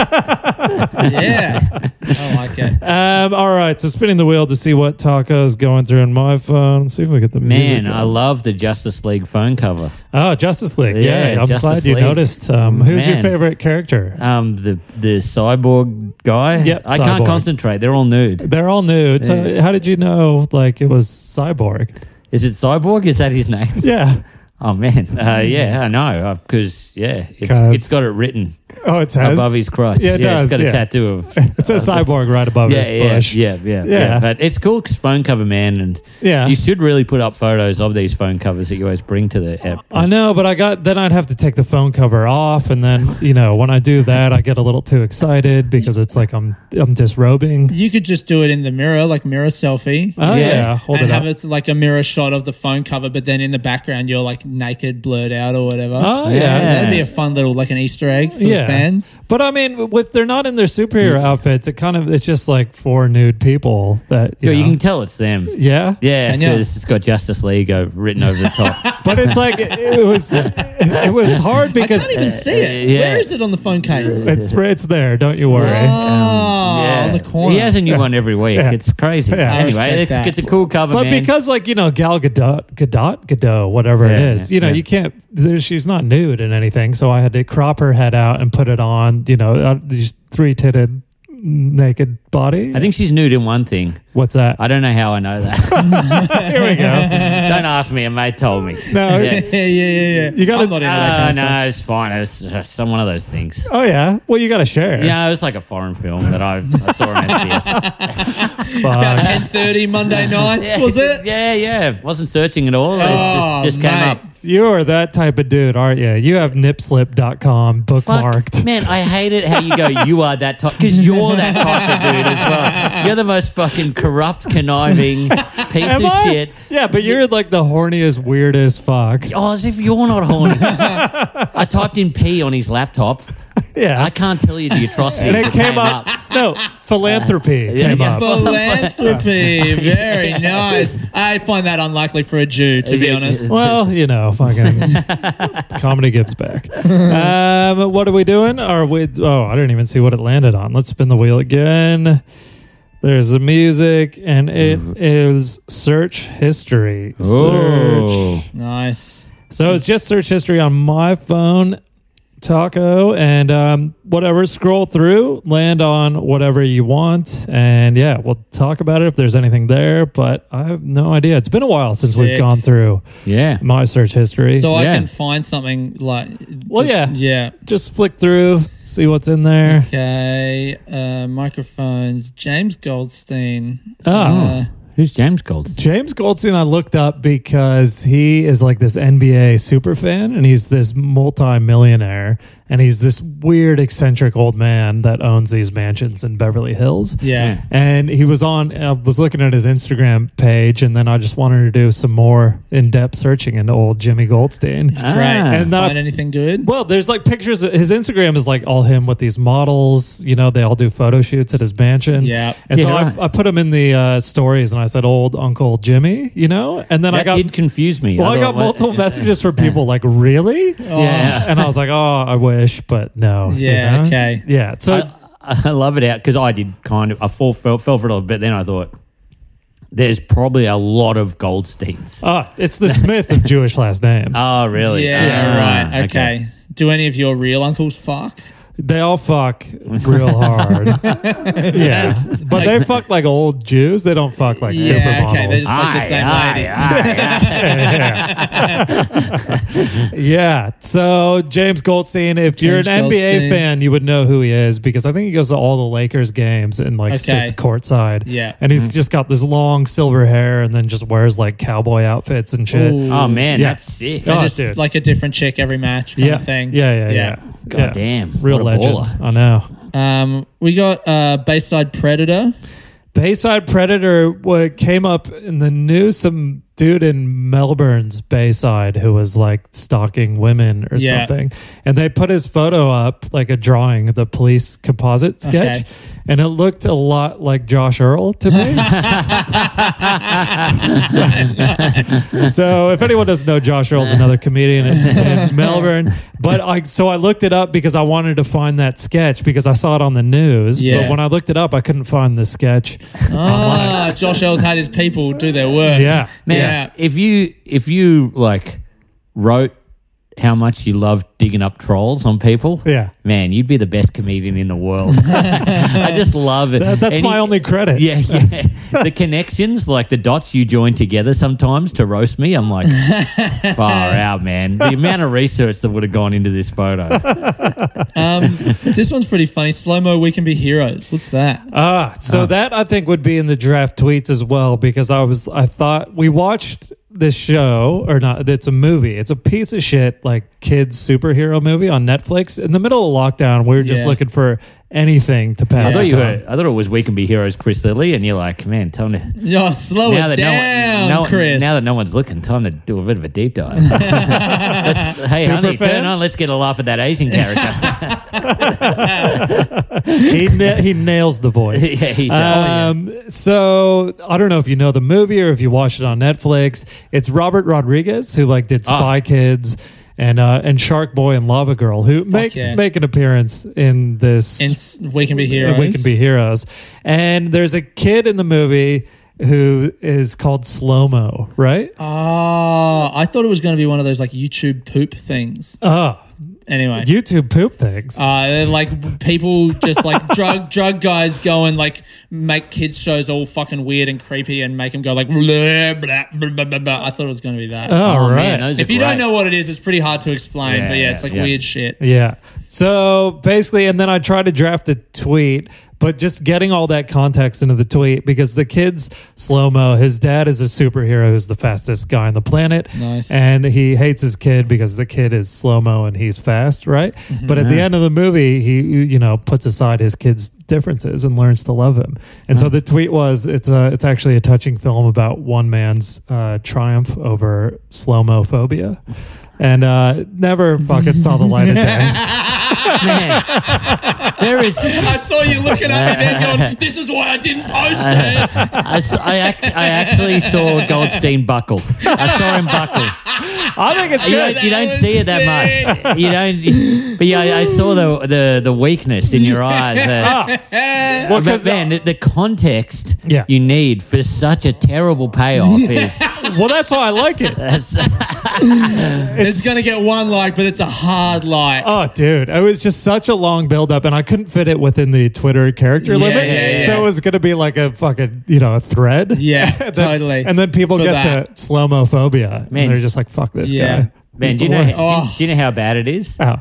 [LAUGHS] yeah, I like it. Um, all right, so spinning the wheel to see what Taco's going through in my phone. See if we get the music Man, going. I love the Justice League phone cover. Oh, Justice League. Yeah, Yeah, I'm Justice glad you League. noticed. Um, who's your Man. favorite character? Um, the the cyborg guy. Yep, I can't cyborg. concentrate. They're all nude. They're all new. So How did you know? Like it was Cyborg. Is it cyborg? Is that his name? [LAUGHS] [LAUGHS] Yeah. Oh man. Uh, yeah, I know. Because yeah, it's, 'Cause- it's got it written Oh, it says above his crotch. Yeah, it does, it's got yeah. a tattoo [LAUGHS] of. uh, It says Cyborg right above Yeah, his yeah, bush. yeah, yeah, yeah, Yeah. But it's cool 'cause phone cover, man, and Yeah. you should really put up photos of these phone covers that you always bring to the app. I know, but I got then I'd have to take the phone cover off, and then you know when I do that, I get a little too excited because it's like I'm I'm disrobing. You could just do it in the mirror, like mirror selfie. Oh yeah, Yeah. hold and it have up. it like a mirror shot of the phone cover, but then in the background you're like naked, blurred out or whatever. Oh yeah, Yeah. That'd be a fun little like an Easter egg for Yeah. the fans. But I mean, if they're not in their superhero outfits, it kind of it's just like four nude people that you, Yeah, know. you can tell it's them. yeah. Yeah, And yeah. because it's got Justice League uh, written over the [LAUGHS] top. But it's like it, was it was hard I because can't even see it. uh, yeah. Where is it on the phone case? it's it's there. Don't you worry. Oh, Um, yeah. on the corner. He has a new one every week. It's crazy. Yeah. I Anyway, respect it's, that. it's a cool cover, But man. because, like you know, Gal Gadot, Gadot, Gadot, whatever it Yeah, is, yeah, you know, yeah. you can't. There, she's not nude in anything, so I had to crop her head out and put it on. You know, uh, these three titted naked body. I think she's nude in one thing. What's that? I don't know how I know that. [LAUGHS] Here we [LAUGHS] go. don't ask me. A mate told me. No. [LAUGHS] Yeah. [LAUGHS] yeah, yeah, yeah, yeah. You gotta- I'm not into that kind Oh, of stuff. no, it's fine. It's uh, some one of those things. Oh yeah. Well, you got to share. Yeah, it was like a foreign film that I, I [LAUGHS] saw on SBS. About Fuck. ten [LAUGHS] thirty Monday nights was it? Yeah, yeah. Wasn't searching at all. It Oh, just, just came mate. up. You are that type of dude, aren't you? You have nipslip.com bookmarked. Fuck, man, I hate it how you go, you are that type, because you're that type of dude as well. You're the most fucking corrupt, conniving [LAUGHS] piece Am of I? shit. Yeah, but you're like the horniest, weirdest fuck. Oh, as if you're [LAUGHS] not horny. I typed in P on his laptop. Yeah. I can't tell you the atrocities and that it came up. No, philanthropy came yeah. up. [LAUGHS] Philanthropy, very nice. I find that unlikely for a Jew, to be Yeah. honest. Well, you know, fucking [LAUGHS] comedy gives back. Um, what are we doing? Are we? Oh, I didn't even see what it landed on. Let's spin the wheel again. There's the music, and it is search history. Mm-hmm. Oh. Search. Nice. So it's just search history on my phone, Taco, and um, whatever. Scroll through, land on whatever you want, and yeah, we'll talk about it if there's anything there. But I have no idea. It's been a while since we've Sick. gone through Yeah. my search history. So I Yeah. can find something like. Well, yeah. Yeah. just flick through, see what's in there. Okay. Uh, microphones. James Goldstein. Oh. Uh, Who's James Goldstein? James Goldstein, I looked up because he is like this NBA super fan and he's this multi-millionaire and he's this weird eccentric old man that owns these mansions in Beverly Hills. yeah. And he was on, I was looking at his Instagram page and then I just wanted to do some more in-depth searching into old Jimmy Goldstein. Ah. Great. And then I find anything good? Well, there's like pictures. His Instagram is like all him with these models. You know, they all do photo shoots at his mansion. Yeah. And so Yeah, I, right. I put him in the uh, stories and I said, old Uncle Jimmy, you know? And then That I got. did confuse me. Well, I thought- got what- [LAUGHS] multiple messages from people like, really? Yeah. And I was like, oh, I wish, but no. you Yeah, know? okay. Yeah. So, I, I love it out because I did kind of I fall, fell, fell for it a little bit. Then I thought there's probably a lot of Goldsteins. ah, it's the Smith of Jewish last names. Oh, really? Yeah. Ah, right. Okay. Do any of your real uncles fuck? They all fuck real [LAUGHS] hard. yeah. But they fuck like old Jews. They don't fuck like Yeah. supermodels. Okay. They're just like the Aye, same aye, lady. aye, [LAUGHS] aye. [LAUGHS] Yeah. So James Goldstein, if you're an James NBA Goldstein. fan, you would know who he is because I think he goes to all the Lakers games and like Okay. sits courtside. Yeah. And Mm. he's just got this long silver hair and then just wears like cowboy outfits and shit. Ooh. oh man, Yeah. that's sick. Oh, God just dude. like a different chick every match kind yeah. of thing. Yeah, yeah, yeah. Yeah. damn, Real what a legend. baller. I know. Um, we got uh, Bayside Predator. Bayside Predator what came up in the news. Some dude in Melbourne's Bayside who was like stalking women or Yeah. something, and they put his photo up like a drawing, the police composite sketch, Okay. and it looked a lot like Josh Earl to [LAUGHS] me. [LAUGHS] so if anyone doesn't know, Josh Earl's another comedian in, [LAUGHS] in Melbourne. But I so I looked it up because I wanted to find that sketch because I saw it on the news. But Yeah. when I looked it up, I couldn't find the sketch. Ah, [LAUGHS] Josh L's had his people do their work. Yeah. man. Yeah. If you if you like wrote how much you love digging up trolls on people, Yeah. man, you'd be the best comedian in the [LAUGHS] world. I just love it. That's Any- my only credit. [LAUGHS] Yeah, yeah. the connections, like the dots you join together sometimes to roast me, I'm [LAUGHS] like, far out, man. The amount of research that would have gone into this photo. Um, this one's pretty funny. Slow mo, we can be heroes. What's that? Ah, so Uh-huh. that I think would be in the draft tweets as well because I was I thought we watched this show or not it's a movie. It's a piece of shit like kids superhero movie on Netflix. In the middle of lockdown, we were just Yeah. looking for anything to pass. I thought the you time. were, I thought it was We Can Be Heroes, Chris Lilly, and you're like, man, time to. Yo, slow Now it that, down, no one, no, Oh, Chris. now that no one's looking, time to do a bit of [LAUGHS] a deep dive. Let's- hey, honey, Superfan? [LAUGHS] turn on. Let's get a laugh at that Asian character. [LAUGHS] he, na- he nails the voice. [LAUGHS] Yeah, he does. Um, so I don't know if you know the movie or if you watched it on Netflix. It's Robert Rodriguez who like Ah. did Spy Kids and uh, and Shark Boy and Lava Girl who make yeah. make an appearance in this And s- we can be and heroes. we can be heroes. And there's a kid in the movie who is called Slow Mo, right? Uh, Ah, I thought it was going to be one of those like YouTube poop things. Oh, Anyway, YouTube poop things. uh, like people just like [LAUGHS] drug drug guys go and like make kids shows all fucking weird and creepy and make them go like blah, blah, blah, blah, blah, blah. I thought it was going to be that. All right. Oh, man, those are if you great. [LAUGHS] don't know what it is, it's pretty hard to explain. Yeah, but yeah, it's like yeah. weird shit. Yeah. So basically, and then I tried to draft a tweet, but just getting all that context into the tweet because the kid's slow mo. His dad is a superhero who's the fastest guy on the planet. Nice. And he hates his kid because the kid is slow mo and he's fast, right? But at the end of the movie, he, you know, puts aside his kid's differences and learns to love him. And so the tweet was it's a, it's actually a touching film about one man's uh, triumph over slow mo phobia. And uh, never fucking saw the light of day. man. There is. I saw you looking [LAUGHS] at me there going, this is why I didn't post it. I, s- I act, I actually saw Goldstein buckle. I saw him buckle. I think it's You good. don't, you don't see it that much. You don't. But yeah, I, I saw the, the the weakness in [LAUGHS] your eyes. Uh, Well, but 'cause, man, the, the context uh, Yeah. you need for such a terrible [LAUGHS] payoff is uh, well, that's why I like it. It's going to get one like, but it's a hard like. Oh, dude, it was just such a long buildup, and I couldn't fit it within the Twitter character Yeah, limit. yeah, yeah. So it was going to be like a fucking, you know, a thread. [LAUGHS] Yeah, [LAUGHS] And then- totally. And then people For get that. to slow mo phobia, Man. and they're just like, "Fuck this Yeah. guy." man. He's Do you the know? worst. do you- Do you know how bad it is? Oh.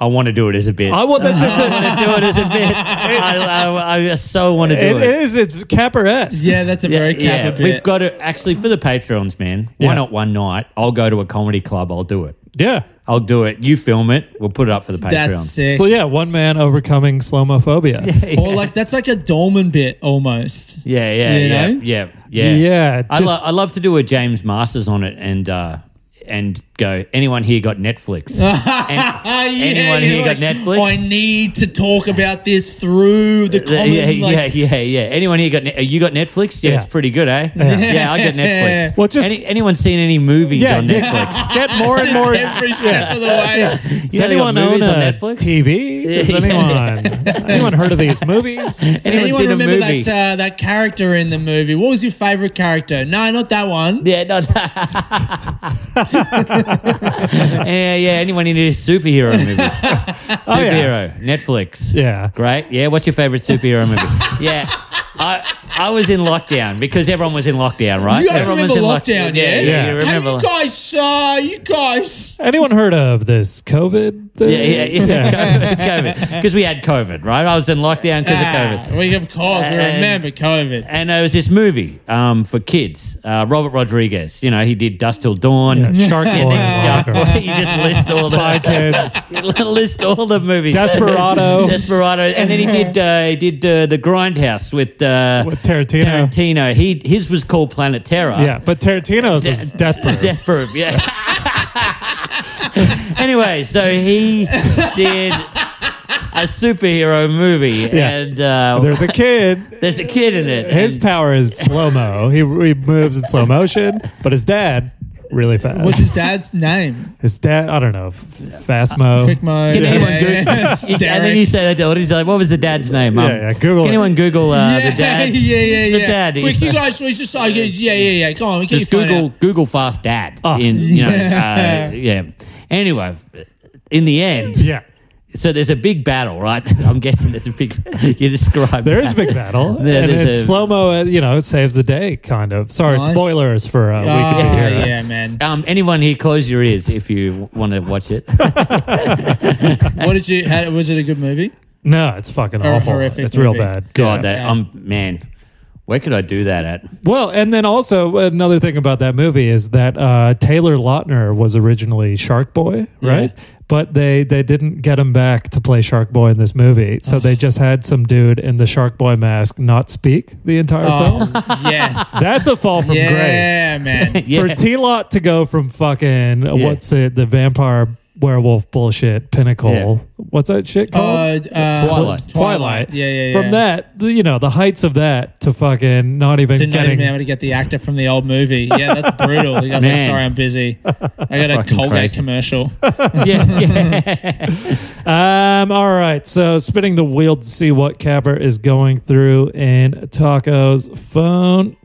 I want to do it as a bit. I want that I to. want to do it as a bit. [LAUGHS] I, I, I so want to do It, it. it is. It's capper esque. Yeah, that's a very yeah, yeah, bit. we've got to actually for the Patreons, man. Yeah. Why not one night? I'll go to a comedy club. I'll do it. Yeah. I'll do it. You film it. We'll put it up for the Patreon. that's sick. So yeah, one man overcoming slow mo phobia. Or like that's like a Dolman bit almost. Yeah, yeah, You yeah, know? yeah, yeah. Yeah, I, lo- just- I love to do a James Masters on it and uh, and go. Anyone here got Netflix? And- Ah, yeah, Anyone here you're got Netflix? I need to talk about this through the yeah, common. yeah, like, yeah, yeah, yeah. Anyone here got? Ne- you got Netflix? Yeah, Yeah. it's pretty good, eh? Yeah, I got Netflix. Well, just- Any, anyone seen any movies Yeah, on yeah. [LAUGHS] Netflix? Get more and more. [LAUGHS] Every step of the way. Does You know they got anyone own movies on a Netflix? TV? Does Yeah. anyone anyone heard of these movies? [LAUGHS] Anyone, Anyone seen a remember movie? that uh, that character in the movie? What was your favorite character? No, not that one. Yeah, no. [LAUGHS] yeah, yeah. Anyone in here superhero Oh, movies? yeah. Superhero Netflix. Yeah. Great. Yeah. What's your favorite superhero movie? yeah. I I was in lockdown because everyone was in lockdown, right? You guys everyone remember was in lock- lockdown, Yeah. yeah? yeah, Yeah. You Hey, remember? you guys, uh, you guys. Anyone heard of this COVID thing? yeah, yeah, yeah. [LAUGHS] COVID. Because we had COVID, right? I was in lockdown because of Ah, COVID. we of course we And- remember COVID. And there was this movie um, for kids, uh, Robert Rodriguez. You know, he did Dust Till Dawn. Yeah, Shark Boy. Yeah, Shark Boy. [LAUGHS] you just list all Spy the Kids. [LAUGHS] list all the movies. Desperado. [LAUGHS] Desperado, and then he did uh, he did uh, the Grindhouse with, uh, With Tarantino. Tarantino. He his was called Planet Terror. Yeah, but Tarantino's is Death Proof. Death Proof. Yeah. [LAUGHS] anyway, so he did a superhero movie, Yeah. and uh, There's a kid. there's a kid in it. His and- power is slow mo. He, he moves in slow motion, but his dad really fast. What's his dad's name? his dad? I don't know. Fast Oh. mo. Quick mode. Can anyone [LAUGHS] Yeah, Google? yeah, yeah. and then you say that to audience, like, what was the dad's name? Mum? Yeah, yeah, Google Can it. anyone Google uh, yeah, [LAUGHS] the dad? yeah, yeah, yeah. The dad. Quick, you guys, we just, oh, yeah, yeah, yeah, yeah. Go on, we can just Google Google fast dad. Oh. In you know, yeah. Uh, yeah. Anyway, in the end, Yeah, so there's a big battle, right? [LAUGHS] I'm guessing there's a big. [LAUGHS] You describe there is a big battle, There and is it's a- slow mo. You know, it saves the day, kind of. Sorry, Nice. spoilers for uh, Oh, Week of the Hero. yeah, man. Um, anyone here, close your ears if you want to [LAUGHS] watch it. What did you? How, was it a good [LAUGHS] movie? No, it's fucking Or a awful. horrific It's real movie. bad. God, that Yeah. I'm man. Where could I do that at? Well, and then also another thing about that movie is that uh, Taylor Lautner was originally Shark Boy, right? But they they didn't get him back to play Shark Boy in this movie, so they just had some dude in the Shark Boy mask not speak the entire film. Oh, yes. That's a fall from [LAUGHS] yeah, man. Yeah. grace. For T Lot to go from fucking uh, what's it, the vampire werewolf bullshit pinnacle. What's that shit Uh, called? [LAUGHS] uh, Twilight. Twilight. Yeah, yeah, yeah. From that, the- you know, the heights of that to fucking not even to not even getting. be able to get the actor from the old movie. Yeah, [LAUGHS] that's brutal. You guys are Man. sorry, I'm busy. I got a Fucking Colgate crazy. commercial. yeah, [LAUGHS] yeah. Um, all right. So spinning the wheel to see what Capper is going through in Taco's phone.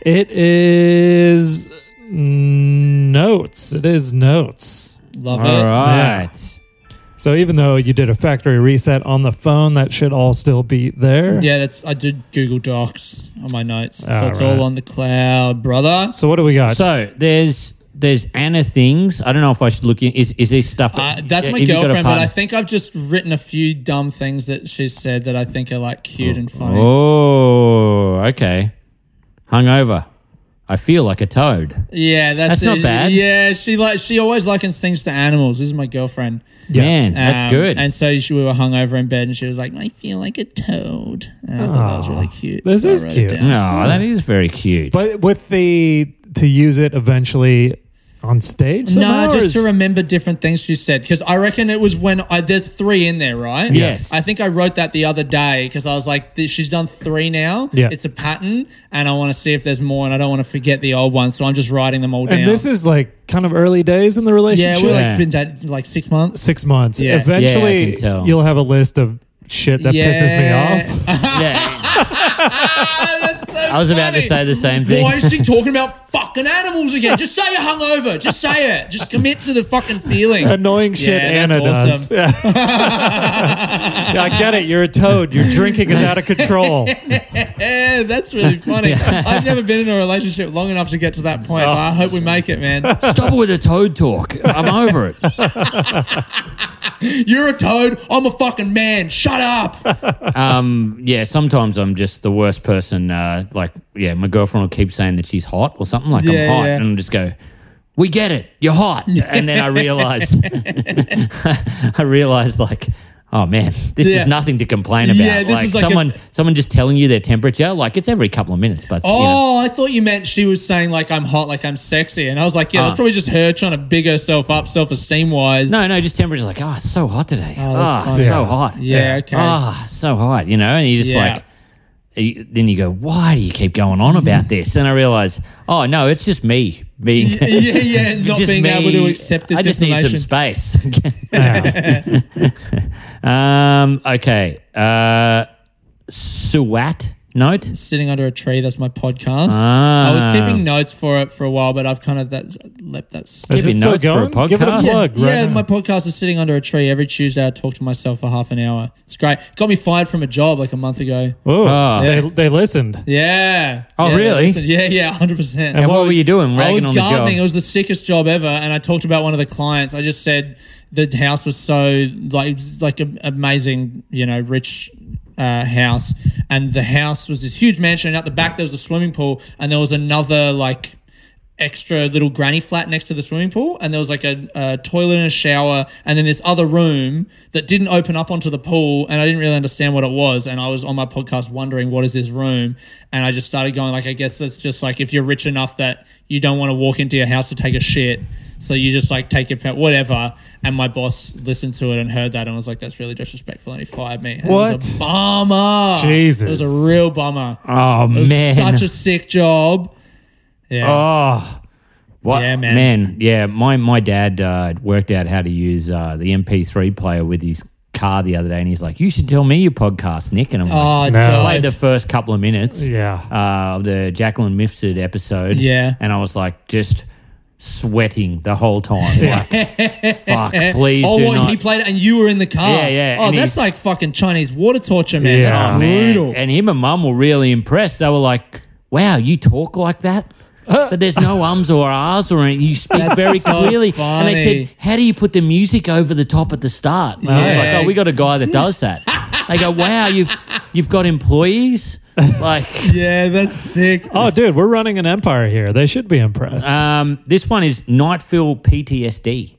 It is notes. It is notes. Love All it. right. So even though you did a factory reset on the phone, that should all still be there. Yeah, that's I did Google Docs on my notes, so All it's right. all on the cloud, brother. So what do we got? So there's there's Anna things. I don't know if I should look in. Is is this stuff? Uh, that's my have you got a girlfriend, but partner? I think I've just written a few dumb things that she said that I think are like cute and funny. Oh, okay. Hungover. I feel like a toad. Yeah, that's, That's not it. bad. Yeah, she like she always likens things to animals. This is my girlfriend. Yeah. Man, that's Um, good. And so she, we were hungover in bed, and she was like, "I feel like a toad," and I thought that was Aw, really cute. this So I is wrote it cute. down. no, Oh, that is very cute. but with the to use it eventually on stage. somehow, No, or just is- to remember different things she said because I reckon it was when I, there's three in there, right? Yes. I think I wrote that the other day because I was like, "Th- she's done three now. Yeah. It's a pattern, and I want to see if there's more, and I don't want to forget the old ones, so I'm just writing them all down. and this is like kind of early days in the yeah, relationship. we're Yeah. like been dating like six months. Six months. Yeah. Yeah, I Eventually, can tell. you'll have a list of shit that pisses [LAUGHS] me off. [LAUGHS] yeah, That's so I was about to funny. say the same thing. Why is she talking about fucking animals again? Just say you're hungover. Just say it. Just commit to the fucking feeling. Annoying shit Yeah, that's Anna does. awesome. Yeah. Yeah, [LAUGHS] I get it. You're a toad. Your drinking is out of [LAUGHS] control. Yeah, that's really [LAUGHS] funny. I've never been in a relationship long enough to get to that point. but I hope we make it, man. Stop it with the toad talk. I'm over it. You're a toad. I'm a fucking man. [LAUGHS] Shut up. Um, yeah, sometimes I'm just the worst person. Uh, like, yeah, my girlfriend will keep saying that she's hot or something. Like, Yeah, I'm hot, yeah. and I'll just go, "We get it, you're hot." And then I realize, [LAUGHS] I realize, like, oh man, this Yeah. is nothing to complain about. Yeah, this like, is like a- someone, someone just telling you their temperature. Like, it's every couple of minutes, but you know, Oh, I thought you meant she was saying like I'm hot, like I'm sexy, and I was like, yeah, that's Ah. probably just her trying to big herself up, self esteem wise. no, no, just temperature. Like, oh, it's so hot today. Oh, that's Oh, fine. so Yeah. hot. Yeah. Okay. Ah, so hot, you know, and you just Yeah. like, you- then you go, why do you keep going on [LAUGHS] about this? And I realize, oh no, it's just me being, [LAUGHS] Yeah, yeah, not just being me. able to accept this I just need information. some space. [LAUGHS] Yeah. um, okay, uh, Suat note. Sitting under a tree. That's my podcast. Ah. I was keeping notes for it for a while, but I've kind of that's left that. Is Give it me still notes for a going? Give it a podcast. Yeah, plug. yeah, right my podcast is sitting under a tree every Tuesday. I talk to myself for half an hour. It's great. Got me fired from a job like a month ago. Whoa. Oh. They, they listened. Yeah. Oh, Yeah, really? listen, Yeah, yeah, [LAUGHS] hundred And percent. what, were you doing? I Ragging was on the job. gardening. It was the sickest job ever, and I talked about one of the clients. I just said the house was so like like an amazing, you know, rich. Uh, house and the house was this huge mansion. And out the back there was a swimming pool, and there was another like extra little granny flat next to the swimming pool and there was like a, a toilet and a shower and then this other room that didn't open up onto the pool and i didn't really understand what it was and i was on my podcast wondering what is this room and i just started going like i guess that's just like if you're rich enough that you don't want to walk into your house to take a shit so you just like take your pet whatever and my boss listened to it and heard that and was like that's really disrespectful and he fired me and it was What? a bummer it was Jesus. a real bummer oh it was man, such a sick job yeah Oh, what? Yeah, man. yeah, my my dad uh, worked out how to use uh, the MP3 player with his car the other day, and he's like, "You should tell me your podcast, Nick." And I'm like, Oh, No. I dope. played the first couple of minutes, Yeah. uh, of the Jacqueline Mifsud episode, Yeah. and I was like, just sweating the whole time, like, [LAUGHS] fuck, please Oh, do what not. he played it and you were in the car. Yeah, yeah, Oh, and that's he's- like fucking Chinese water torture, man. Yeah. That's Oh, man. brutal. And him and mum were really impressed. They were like, wow, you talk like [LAUGHS] that? But there's no ums or ahs or anything. You speak That's very so clearly. And funny. they said, how do you put the music over the top at the start? And I was Yeah. like, oh, we got a guy that does [LAUGHS] that. they go, wow, you've, you've got employees? Like, [LAUGHS] yeah, that's sick. Oh, dude, we're running an empire here. They should be impressed. Ah. um, this one is Nightfill PTSD.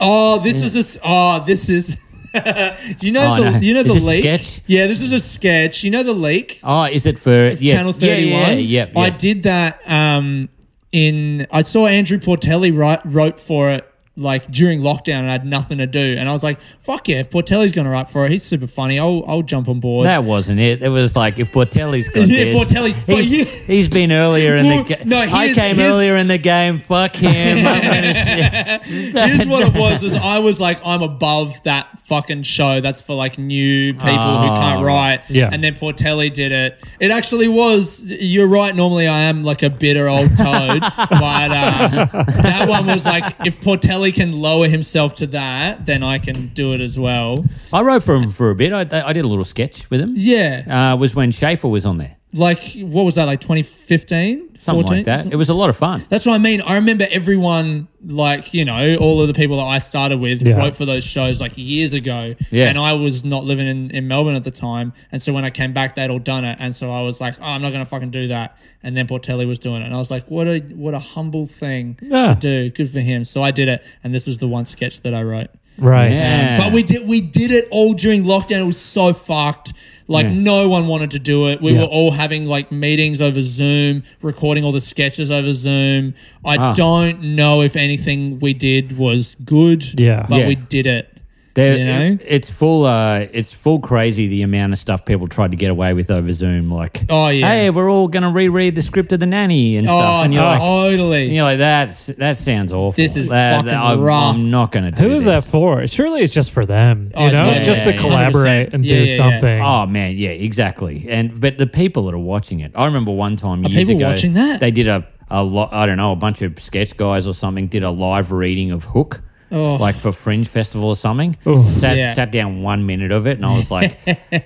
Oh, this is this. Oh, this is. [LAUGHS] Do you know Oh, the no. you know Is the this a leak? sketch? Yeah, this is a sketch. You know the leak. Oh, is it for yeah, Channel yeah, Thirty One. Yeah, yeah, yeah. I did that. Um, in I saw Andrew Portelli write, wrote for it like during lockdown and I had nothing to do. And I was like, fuck yeah, if Portelli's going to write for it, he's super funny. I'll, I'll jump on board. That wasn't it. It was like if Portelli's got Yeah, this, Portelli's- he's, he's been earlier in Well, the game. no, I here's- came here's- earlier in the game. Fuck [LAUGHS] him. I'm gonna shit. [LAUGHS] Here's what it was: was I was like, I'm above that fucking show. That's for like new people who can't Oh, write. Yeah. And then Portelli did it. It actually was. You're right. Normally, I am like a bitter [LAUGHS] old toad, but uh, that one was like, if Portelli can lower himself to that, then I can do it as well. I wrote for him for a bit. I, I did a little sketch with him. Yeah. uh, was when Schaefer was on there. Like, what was that? Like 2015, Something 14? like that. It was a lot of fun. That's what I mean. I remember everyone, like, you know, all of the people that I started with Yeah. wrote for those shows like years ago. Yeah. And I was not living in, in Melbourne at the time. And so when I came back, they'd all done it. And so I was like, oh, I'm not going to fucking do that. And then Portelli was doing it. And I was like, what a what a humble thing Yeah. to do. Good for him. So I did it. And this was the one sketch that I wrote. Right. Yeah. But we did we did it all during lockdown. It was so fucked. Like Yeah. no one wanted to do it. We Yeah. were all having like meetings over Zoom, recording all the sketches over Zoom. I Ah. don't know if anything we did was good. Yeah. But Yeah. we did it. There, You know? it- it's full. Uh, it's full crazy the amount of stuff people tried to get away with over Zoom. Like, Oh, yeah. hey, we're all going to reread the script of the nanny and stuff. Oh, and you're like, totally. and you're like, that's that sounds awful. This is That- fucking that- I'm, rough." I'm not going to do Who is this. that for? Surely it's just for them, you Oh, know, yeah, just yeah, to yeah. collaborate and 100%. Yeah, do yeah, yeah. something. Oh man, yeah, exactly. And but the people that are watching it, I remember one time years people ago, watching that? they did a a lo- I don't know, a bunch of sketch guys or something did a live reading of Hook. Oh. Like for Fringe Festival or something, Ooh. sat, Yeah. sat down one minute of it, and I was [LAUGHS] like,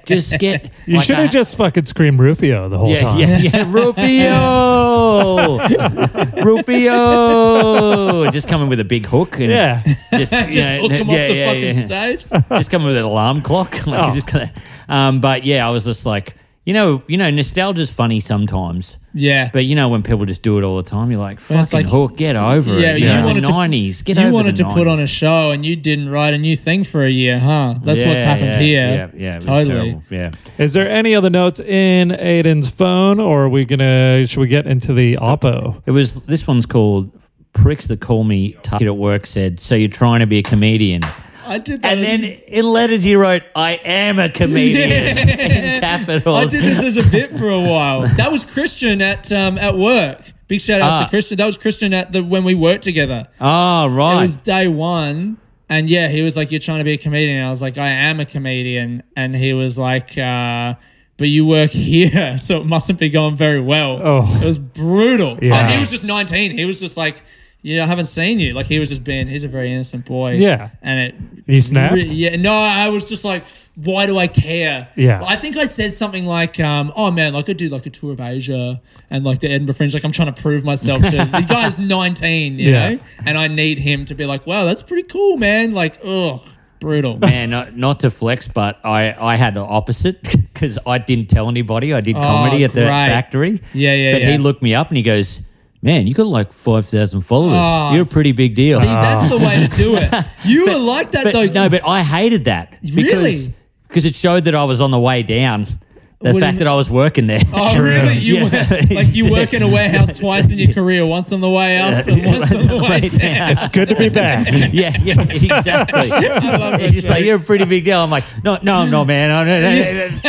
"Just get." you like, should I- have just fucking screamed Rufio the whole yeah, time. yeah, yeah, [LAUGHS] Rufio, Rufio, just coming with a big hook, and Yeah. just, you [LAUGHS] Just know, hook him yeah, off the yeah, fucking yeah [LAUGHS] stage. just coming with an alarm clock. [LAUGHS] Like Oh. you just kinda, um, but yeah, I was just like, you know, you know, nostalgia's funny sometimes. Yeah. But you know when people just do it all the time, you're like, And it's "Fucking like- hook, get over yeah, it." you Yeah, wanted to- nineties, get over you wanted the to put on 90s. a show and you didn't write a new thing for a year, huh? That's what's Yeah, happened yeah, here. Yeah, yeah, it was totally. terrible. Yeah, Is there any other notes in Aiden's phone, or are we gonna? Should we get into the Oppo? it was. This one's called "Pricks that call me." Tuck it at work said, "So you're trying to be a comedian." I did that. And as- then in letters you wrote, "I am a comedian." [LAUGHS] in I capitals. did this as a bit for a while. [LAUGHS] That was Christian at um, at work. Big shout out Ah. to Christian. That was Christian at the when we worked together. Oh It right. was day one, and yeah, he was like, "You're trying to be a comedian." I was like, "I am a comedian," and he was like, uh, "But you work [LAUGHS] here, so it mustn't be going very well." Oh. it was brutal. Yeah. And he was just 19. He was just like. Yeah, I haven't seen you. Like he was just being, he's a very innocent boy. Yeah. and it You snapped? Re- yeah, no, I was just like, why do I care? Yeah. I think I said something like, um, oh man, like I do like a tour of Asia and like the Edinburgh Fringe, like I'm trying to prove myself to the guy's 19, you Yeah. know? And I need him to be like, wow, that's pretty cool, man. Like, ugh, brutal. [LAUGHS] Man, not, not to flex, but I, I had the opposite [LAUGHS] because I didn't tell anybody. I did comedy at the Oh, great. factory. Yeah, yeah, But yeah. he looked me up and he goes, "Man, you got like five thousand followers. Oh, You're a pretty big deal." See, that's the way to do it. You were like that [LAUGHS] but, though. no, but I hated that. Really? Because it showed that I was on the way down. The What do you fact mean? that I was working there. Oh [LAUGHS] really? You Yeah. work, like you work [LAUGHS] in a [LAUGHS] warehouse twice in your career, once on the way up and once on [LAUGHS] the way down. It's good to be back. yeah, yeah, [LAUGHS] exactly. love He's that just like, joke. you're a pretty big deal. I'm like, no, no, no, man. I'm a [LAUGHS]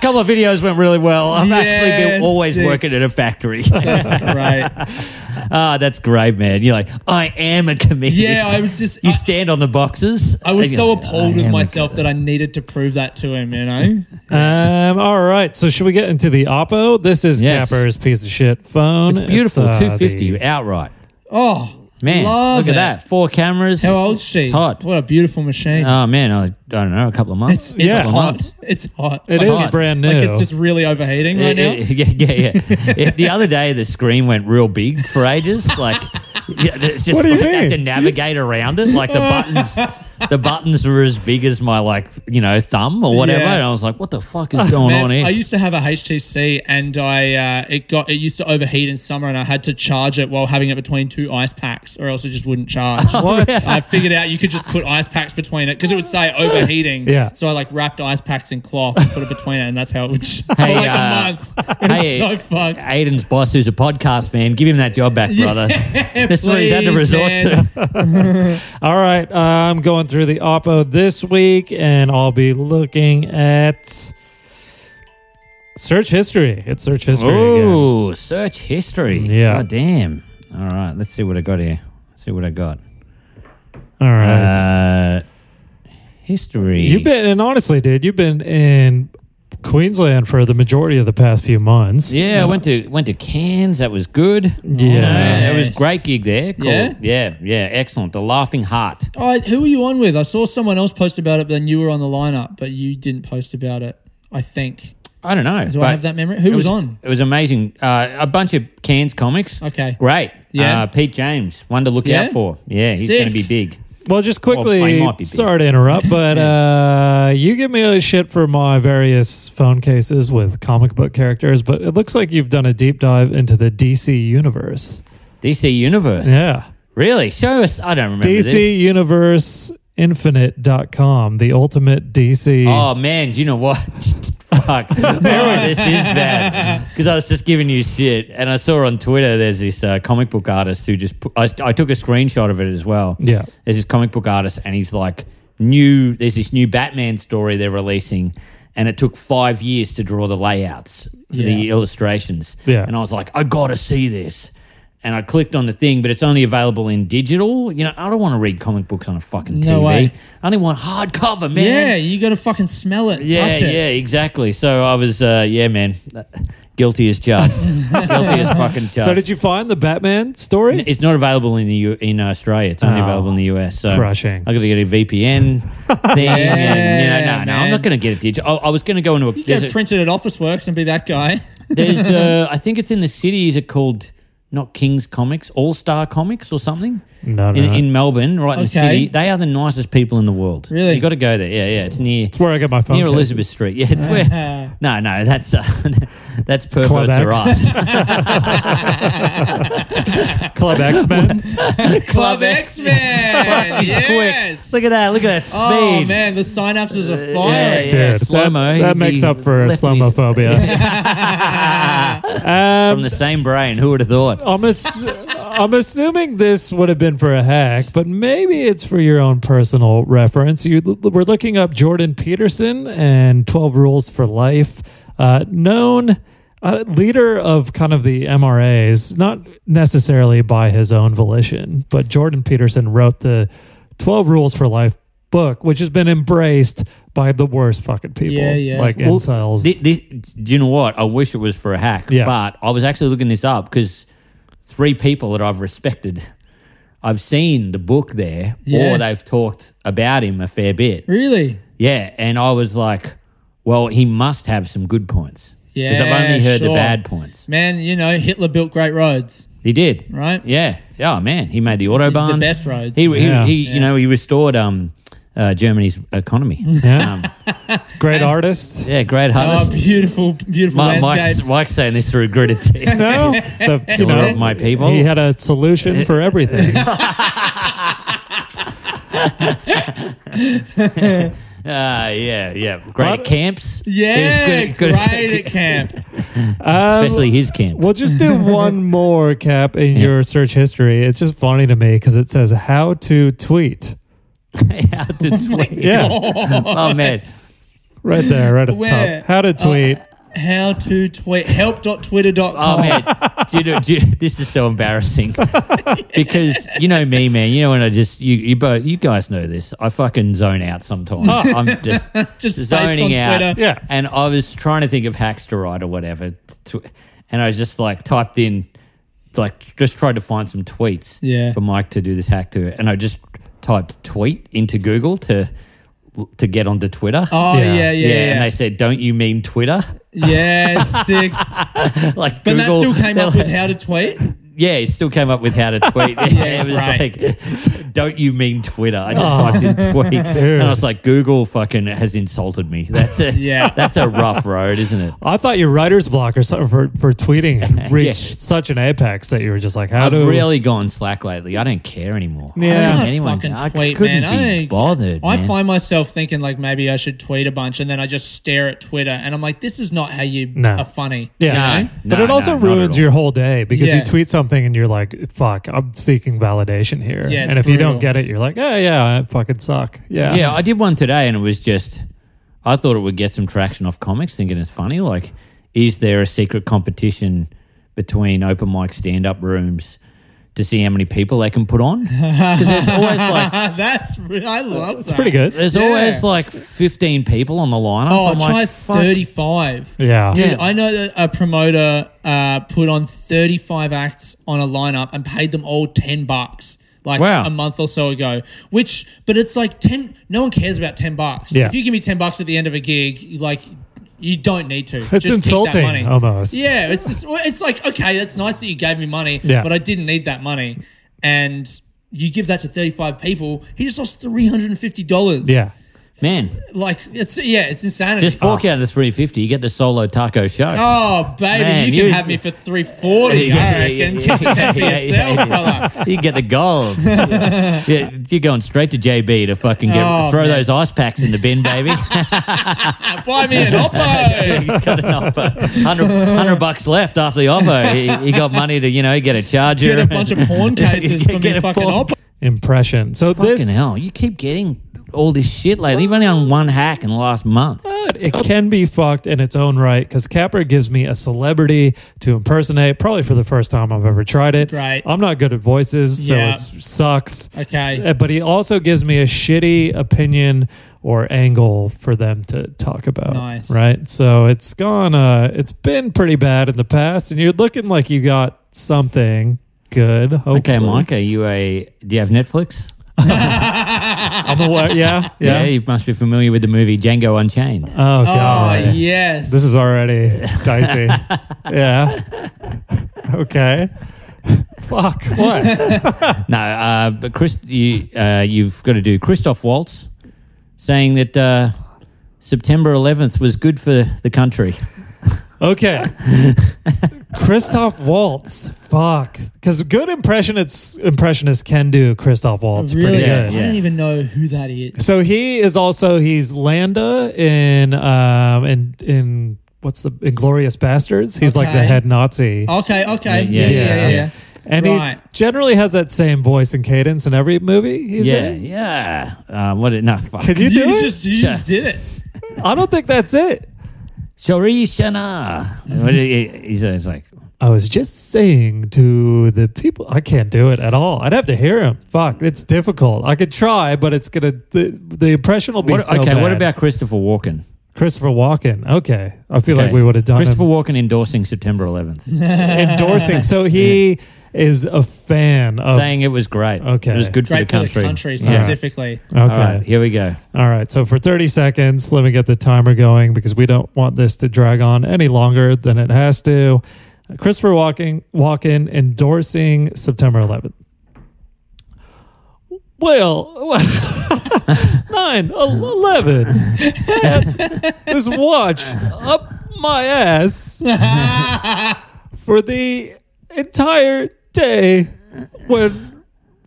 couple of videos went really well. I'm actually Yeah, been always sick. working at a factory. [LAUGHS] That's great. Ah, that's great, man. You're like, I am a comedian. Yeah, I was just- You I- stand on the boxes. I was And so you're like, appalled "I with am a myself that I needed to prove that to him, you know? [LAUGHS] Um, all right. So should we get into the Oppo? This is Yes. Capper's piece of shit phone. comedian." Beautiful, It's, uh, 250 the- outright. Oh, Man, love look it. at that. Four cameras. How old's she? It's hot. What a beautiful machine. Oh, man. I, I don't know. A couple of months. it's A yeah. it's couple of hot. months. It's hot. It like, is hot. brand new. like it's just really overheating right [LAUGHS] now. Yeah, yeah, yeah. yeah. It- the other day, the screen went real big [LAUGHS] for ages. Like, yeah, it's just What do you like, I had mean? [LAUGHS] to navigate around it. Like the buttons, the buttons were as big as my like you know thumb or whatever, Yeah. and I was like, what the fuck is going Man, on here? I used to have a HTC, and I uh, it got it used to overheat in summer, and I had to charge it while having it between two ice packs, or else it just wouldn't charge. [LAUGHS] What? I figured out you could just put ice packs between it because it would say overheating. Yeah. So I like wrapped ice packs in cloth and put it between it, and that's how it would ch- Hey, [LAUGHS] for like uh, a month. [LAUGHS] It was hey, so fucked. Aiden's boss, who's a podcast fan, give him that job back, brother. [LAUGHS] That's what he's had to please, resort man. [LAUGHS] to. All right, uh, I'm going through the Oppo this week, and I'll be looking at search history. It's search history again. Ooh, search history. Yeah. God damn. All right, let's see what I got here. Let's see what I got. All right. Uh, history. You've been, and honestly, dude, you've been in Queensland for the majority of the past few months. Yeah, I went to went to Cairns. That was good. Yeah. it was a great Nice. gig there. Cool. Yeah? yeah, yeah, excellent. The Laughing Heart. All right, who were you on with? I saw someone else post about it, but then you were on the lineup, but you didn't post about it. I think. I don't know. Do but I have that memory? Who it was, on? It was amazing. Uh, a bunch of Cairns comics. Okay. Great. Yeah. Uh, Pete James, one to look Yeah? out for. Yeah, he's Sick. going to be big. Well, just Well, quickly, I might be big. sorry to [LAUGHS] interrupt, but uh, you give me a shit for my various phone cases with comic book characters, but it looks like you've done a deep dive into the DC universe. DC Universe. Yeah. Really? Show us. I don't remember DC this. Universe Infinite.com, the ultimate DC. Oh man, you know what? [LAUGHS] Fuck. Oh, this is [LAUGHS] bad. Because I was just giving you shit, and I saw on Twitter there's this uh, comic book artist who just put, I, I took a screenshot of it as well. Yeah. there's this comic book artist, and he's like new. There's this new Batman story they're releasing, and it took five years to draw the layouts, the Yeah. illustrations. Yeah. and I was like, I gotta see this. And I clicked on the thing, but it's only available in digital. You know, I don't want to read comic books on a fucking No TV. way. I only want hardcover, man. Yeah, you got to fucking smell it. and Yeah, touch it. yeah, exactly. So I was, uh, yeah, man, guilty as charged. [LAUGHS] guilty as fucking charged. so, did you find the Batman story? It's not available in the U- in Australia. It's only Oh. available in the US. So Crushing. I got to get a [LAUGHS] VPN thing. and, you know, no, no, I'm man. not going to get it digital. I, I was going to go into a. You there's could a- have printed at Office Works and be that guy. [LAUGHS] there's, uh, I think it's in the city. Is it called not King's Comics, All Star Comics, or something? No, no, In, no. in Melbourne, right in the Okay. city. They are the nicest people in the world. Really? you got to go there. Yeah, yeah. It's near. It's where I get my phone. Near case. Elizabeth Street. [LAUGHS] Yeah, [LAUGHS] it's where. No, no, that's uh, [LAUGHS] that's Club perverts are X. us. [LAUGHS] Club X [LAUGHS] Men. Club X Men. yes. Look at that! Look at that speed. Uh, Oh man, the synapses are Yeah, firing. yeah. Dude, slow-mo, that, he'd that be makes up for left in his- [LAUGHS] Islamophobia. [LAUGHS] From [LAUGHS] um, the same brain. Who would have thought? I'm, [LAUGHS] ass- I'm assuming this would have been for a hack, but maybe it's for your own personal reference. You we're looking up Jordan Peterson and 12 Rules for Life, uh, known uh, leader of kind of the MRAs, not necessarily by his own volition, but Jordan Peterson wrote the 12 Rules for Life book, which has been embraced by the worst fucking people, Yeah, yeah. like Well, incels. Thi- thi- do you know what? I wish it was for a hack. Yeah. But I was actually looking this up because three people that I've respected, I've seen the book there, Yeah. or they've talked about him a fair bit. Really? Yeah, and I was like, well, he must have some good points. Because I've Yeah, only heard the sure. bad points. Man, you know Hitler built great roads. He did, Right? Yeah, yeah. oh, man, he made the autobahn, The best roads. He, he, Yeah. he you know, he restored um, uh, Germany's [LAUGHS] economy. Yeah. [LAUGHS] Great artist. Um, Yeah, great oh, harvest. beautiful, beautiful My, Mike's, landscapes. Mike's saying this through gritted [LAUGHS] teeth. [LAUGHS] No, the, you Daughter know, of my people. He had a solution [LAUGHS] for everything. Uh, yeah, yeah. Great What? at camps. Yeah, He was good- good at- great at camp. [LAUGHS] especially his camp. Um, We'll just [LAUGHS] do one more cap in your search history. It's just funny to me because it says how to tweet Oh [LAUGHS] How to [LAUGHS] tweet. Yeah. Oh, man. right there, right at the [LAUGHS] Where? Oh, top. How to tweet. How to tweet? Help.twitter.com. Oh man, do you know, do you, this is so embarrassing [LAUGHS] because you know me, man. You know when I just you you both you guys know this. I fucking zone out [LAUGHS] sometimes. I'm just Just spaced on zoning out. Twitter. Yeah. and I was trying to think of hacks to write or whatever, tw- and I was just like typed in, like just tried to find some tweets. Yeah. for Mike to do this hack to, and I just typed tweet into Google to to get onto Twitter. Oh Yeah. yeah, yeah, yeah. and they said, "Don't you mean Twitter?" [LAUGHS] [LAUGHS] yeah, sick. like But Google, that still came they're [LAUGHS] up like- with how to tweet. yeah, he still came up with how [LAUGHS] to tweet. yeah, it was right. Oh. like, [LAUGHS] don't you mean Twitter? I just typed in tweet, and I was like, Google fucking has insulted me. That's a [LAUGHS] Yeah. that's a rough road, isn't it? I thought your writer's block or something for, for tweeting reached [LAUGHS] Yeah. such an apex that you were just like, how I've do really gone slack lately. I don't care anymore. I Yeah. don't I think can't fucking I tweet, couldn't man. I be don't- bothered. I man. find myself thinking like maybe I should tweet a bunch, and then I just stare at Twitter, and I'm like, this is not how you No. are funny. Yeah. No, You know? But no, it also no, not at ruins all. your whole day because Yeah. you tweet something and you're like, fuck, I'm seeking validation here. Yeah, it's and if you don't brutal. get it, you're like, yeah, yeah, I fucking suck. Yeah. Yeah, I did one today, and it was just I thought it would get some traction off comics, thinking it's funny. Like, is there a secret competition between open mic stand up rooms to see how many people they can put on? Because [LAUGHS] there's always like Ah, That's re- I love. It's Pretty good. there's Yeah. always like fifteen people on the lineup. Oh, I'm try like, fuck. 35. Yeah. Dude, Yeah. I know that a promoter uh, put on 35 acts on a lineup and paid them all 10 bucks like Wow. a month or so ago. Which, but it's like 10, no one cares about 10 bucks. Yeah. If you give me 10 bucks at the end of a gig, like, you don't need to. It's Just keep that insulting, money. almost. Yeah, it's just, well, it's like, okay, that's nice that you gave me money, Yeah. but I didn't need that money. And you give that to 35 people, he just lost $350. Yeah. Ah. man, Like, it's, yeah, it's insanity. just fork Oh. out the three fifty. You get the solo taco show. Oh, baby, Man, you can you- have me for [LAUGHS] three forty. I reckon. Keep the ten for yeah, yourself, yeah. brother. You get the gold. [LAUGHS] yeah, you're going straight to JB to fucking get, Oh, throw man. those ice packs in the bin, [LAUGHS] baby. Ah, Buy me [LAUGHS] an Oppo. He's got an Oppo. 100, 100 bucks left after the Oppo. He, he got money to, you know, get a charger. Get a bunch [LAUGHS] of porn cases from Get your a fucking porn- Oppo. Impression. So Fucking this hell. You keep getting all this shit lately. You've only done one hack in the last month. but it can be fucked in its own right because Capper gives me a celebrity to impersonate, probably for the first time I've ever tried it. Great. I'm not good at voices, so Yeah. it sucks. Okay. Uh, But he also gives me a shitty opinion or angle for them to talk about. Nice. Right? So it's gone uh it's been pretty bad in the past, and you're looking like you got something good. Hopefully. Okay, Mike, are you a. Do you have Netflix? I'm aware. Yeah. Yeah. you must be familiar with the movie Django Unchained. Oh Oh god. yes. This is already dicey. yeah. Okay. Fuck. What? No, uh, but Chris, you, uh, you've got to do Christoph Waltz saying that uh, September 11th was good for the country. Okay. Christoph Waltz. Fuck. Because good impressionists impressionists can do Christoph Waltz really. pretty Yeah, good. I yeah. don't even know who that is. So he is also he's Landa in um in in what's the Inglorious Bastards. He's like the Okay. head Nazi. Okay. Okay. Yeah, yeah, Yeah. Yeah. Yeah. yeah, yeah. And Right. he generally has that same voice and cadence in every movie. He's [LAUGHS] yeah, In. yeah. Uh, what? it- No, fuck. Can you do You it? just you just did it. I don't think that's it. Shori Shana. What is it? He's always like, I was just saying to the people, I can't do it at all. I'd have to hear him. Fuck, it's difficult. I could try, but it's gonna the, the impression will be what, so okay, what bad. about Christopher Walken? Christopher Walken? Okay, I feel like Okay. we would have done Christopher him Walken endorsing September 11th, endorsing. [LAUGHS] So he is a fan of. saying it was great. Oh. Okay. It was good for Great the country. for the country Yeah. specifically. okay, All right, here we go. all right. So for thirty seconds, let me get the timer going because we don't want this to drag on any longer than it has to. Christopher Walken, Walken endorsing September 11th. Well, [LAUGHS] nine, el- eleven. [LAUGHS] this watch up my ass for the entire day when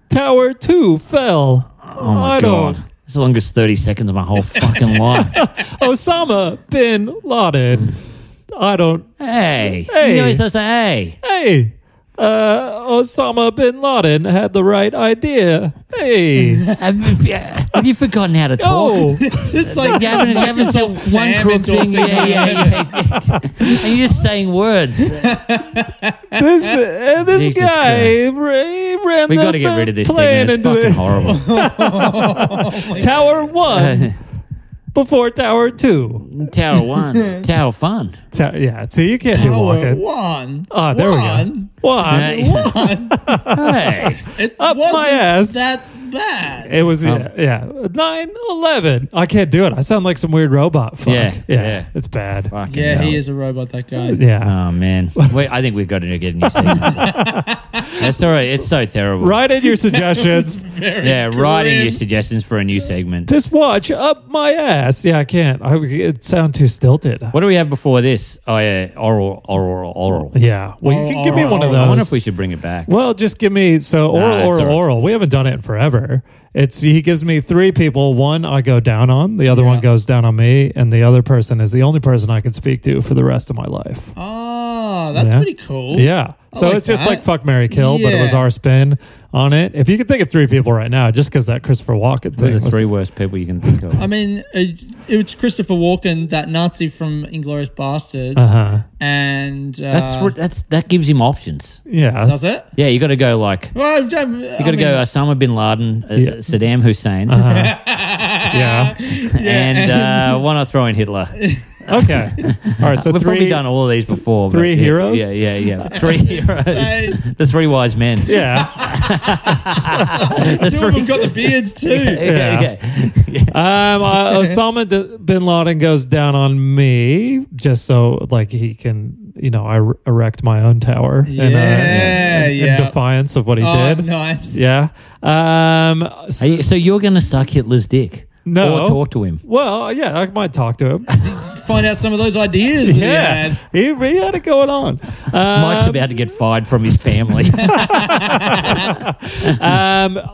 Tower Two fell. Oh my I God. don't. It's the longest 30 seconds of my whole fucking life. [LAUGHS] Osama bin Laden. I don't. Hey. Hey. He always does that, hey. Hey, uh, Osama bin Laden had the right idea. [LAUGHS] Hey, Have you, have you forgotten how to talk? oh, It's just like You haven't, you haven't said Microsoft one Sam crook thing. endorsing Yeah, yeah, yeah, yeah. and you're just saying words. this uh, this Jesus guy ra- he ran We've the got to get rid of this plane thing. It's into fucking the- horrible. Tower [LAUGHS] One before Tower Two. Tower [LAUGHS] one, Tower fun. Ta- yeah, so you can't do Power walking. one. Ah, there one. we go. One. Hey, One. hey, It Up my wasn't ass. That bad. [LAUGHS] It Oh. was yeah, yeah nine eleven. I can't do it. I sound like some weird robot. Fuck. Yeah, yeah, yeah. it's bad. [LAUGHS] Fucking Yeah, hell. he is a robot. That guy. Yeah, Oh man, Wait, I think we've got to get a new [LAUGHS] season. That's all right. It's so terrible. write in your suggestions. Very Yeah, write in grim. your suggestions for a new segment. this watch up my ass. Yeah, I can't. I it sound too stilted. What do we have before this? Oh yeah, oral, oral, oral. Yeah, well, you can give me one of I wonder those. if we should bring it back. Well, just give me so oral, oral, it's all right. oral. We haven't done it in forever. It's he gives me three people. One I go down on, the other one goes down on me, and the other person is the only person I can speak to for the rest of my life. Oh, that's Yeah. pretty cool. Yeah. I So like it's just that. like fuck Mary Kill, but it was Yeah. our spin on it. If you could think of three people right now, just because that Christopher Walken What thing. are was- the three worst people you can think I of? mean, it, it's Christopher Walken, that Nazi from Inglorious Bastards, Uh-huh. and uh, That's re- that's that gives him options. Yeah. does it. Yeah, you got to go like you Well, don't, you got to go Osama bin Laden, uh, Yeah. Saddam Hussein, [LAUGHS] yeah. [LAUGHS] and uh, why not throw in Hitler? Okay. All right. So We've three. probably done all these before. but three yeah, heroes? Yeah, yeah, yeah. Three heroes. [LAUGHS] the three wise men. yeah. The [LAUGHS] Two of them uh, three- got the [LAUGHS] beards too. yeah, Yeah. [LAUGHS] yeah. Um, uh, Osama d- bin Laden goes down on me just so like he can, you know, I r- erect my own tower in, uh, Yeah, in- in yeah. defiance of what he Oh, did. nice. Yeah. Um, s- Are you- so you're going to suck Hitler's dick? No. Or talk to him? well, yeah, I might talk to him. [LAUGHS] Find out some of those ideas. yeah. That He, he had it going on. Um, Mike's about to get fired from his family. um,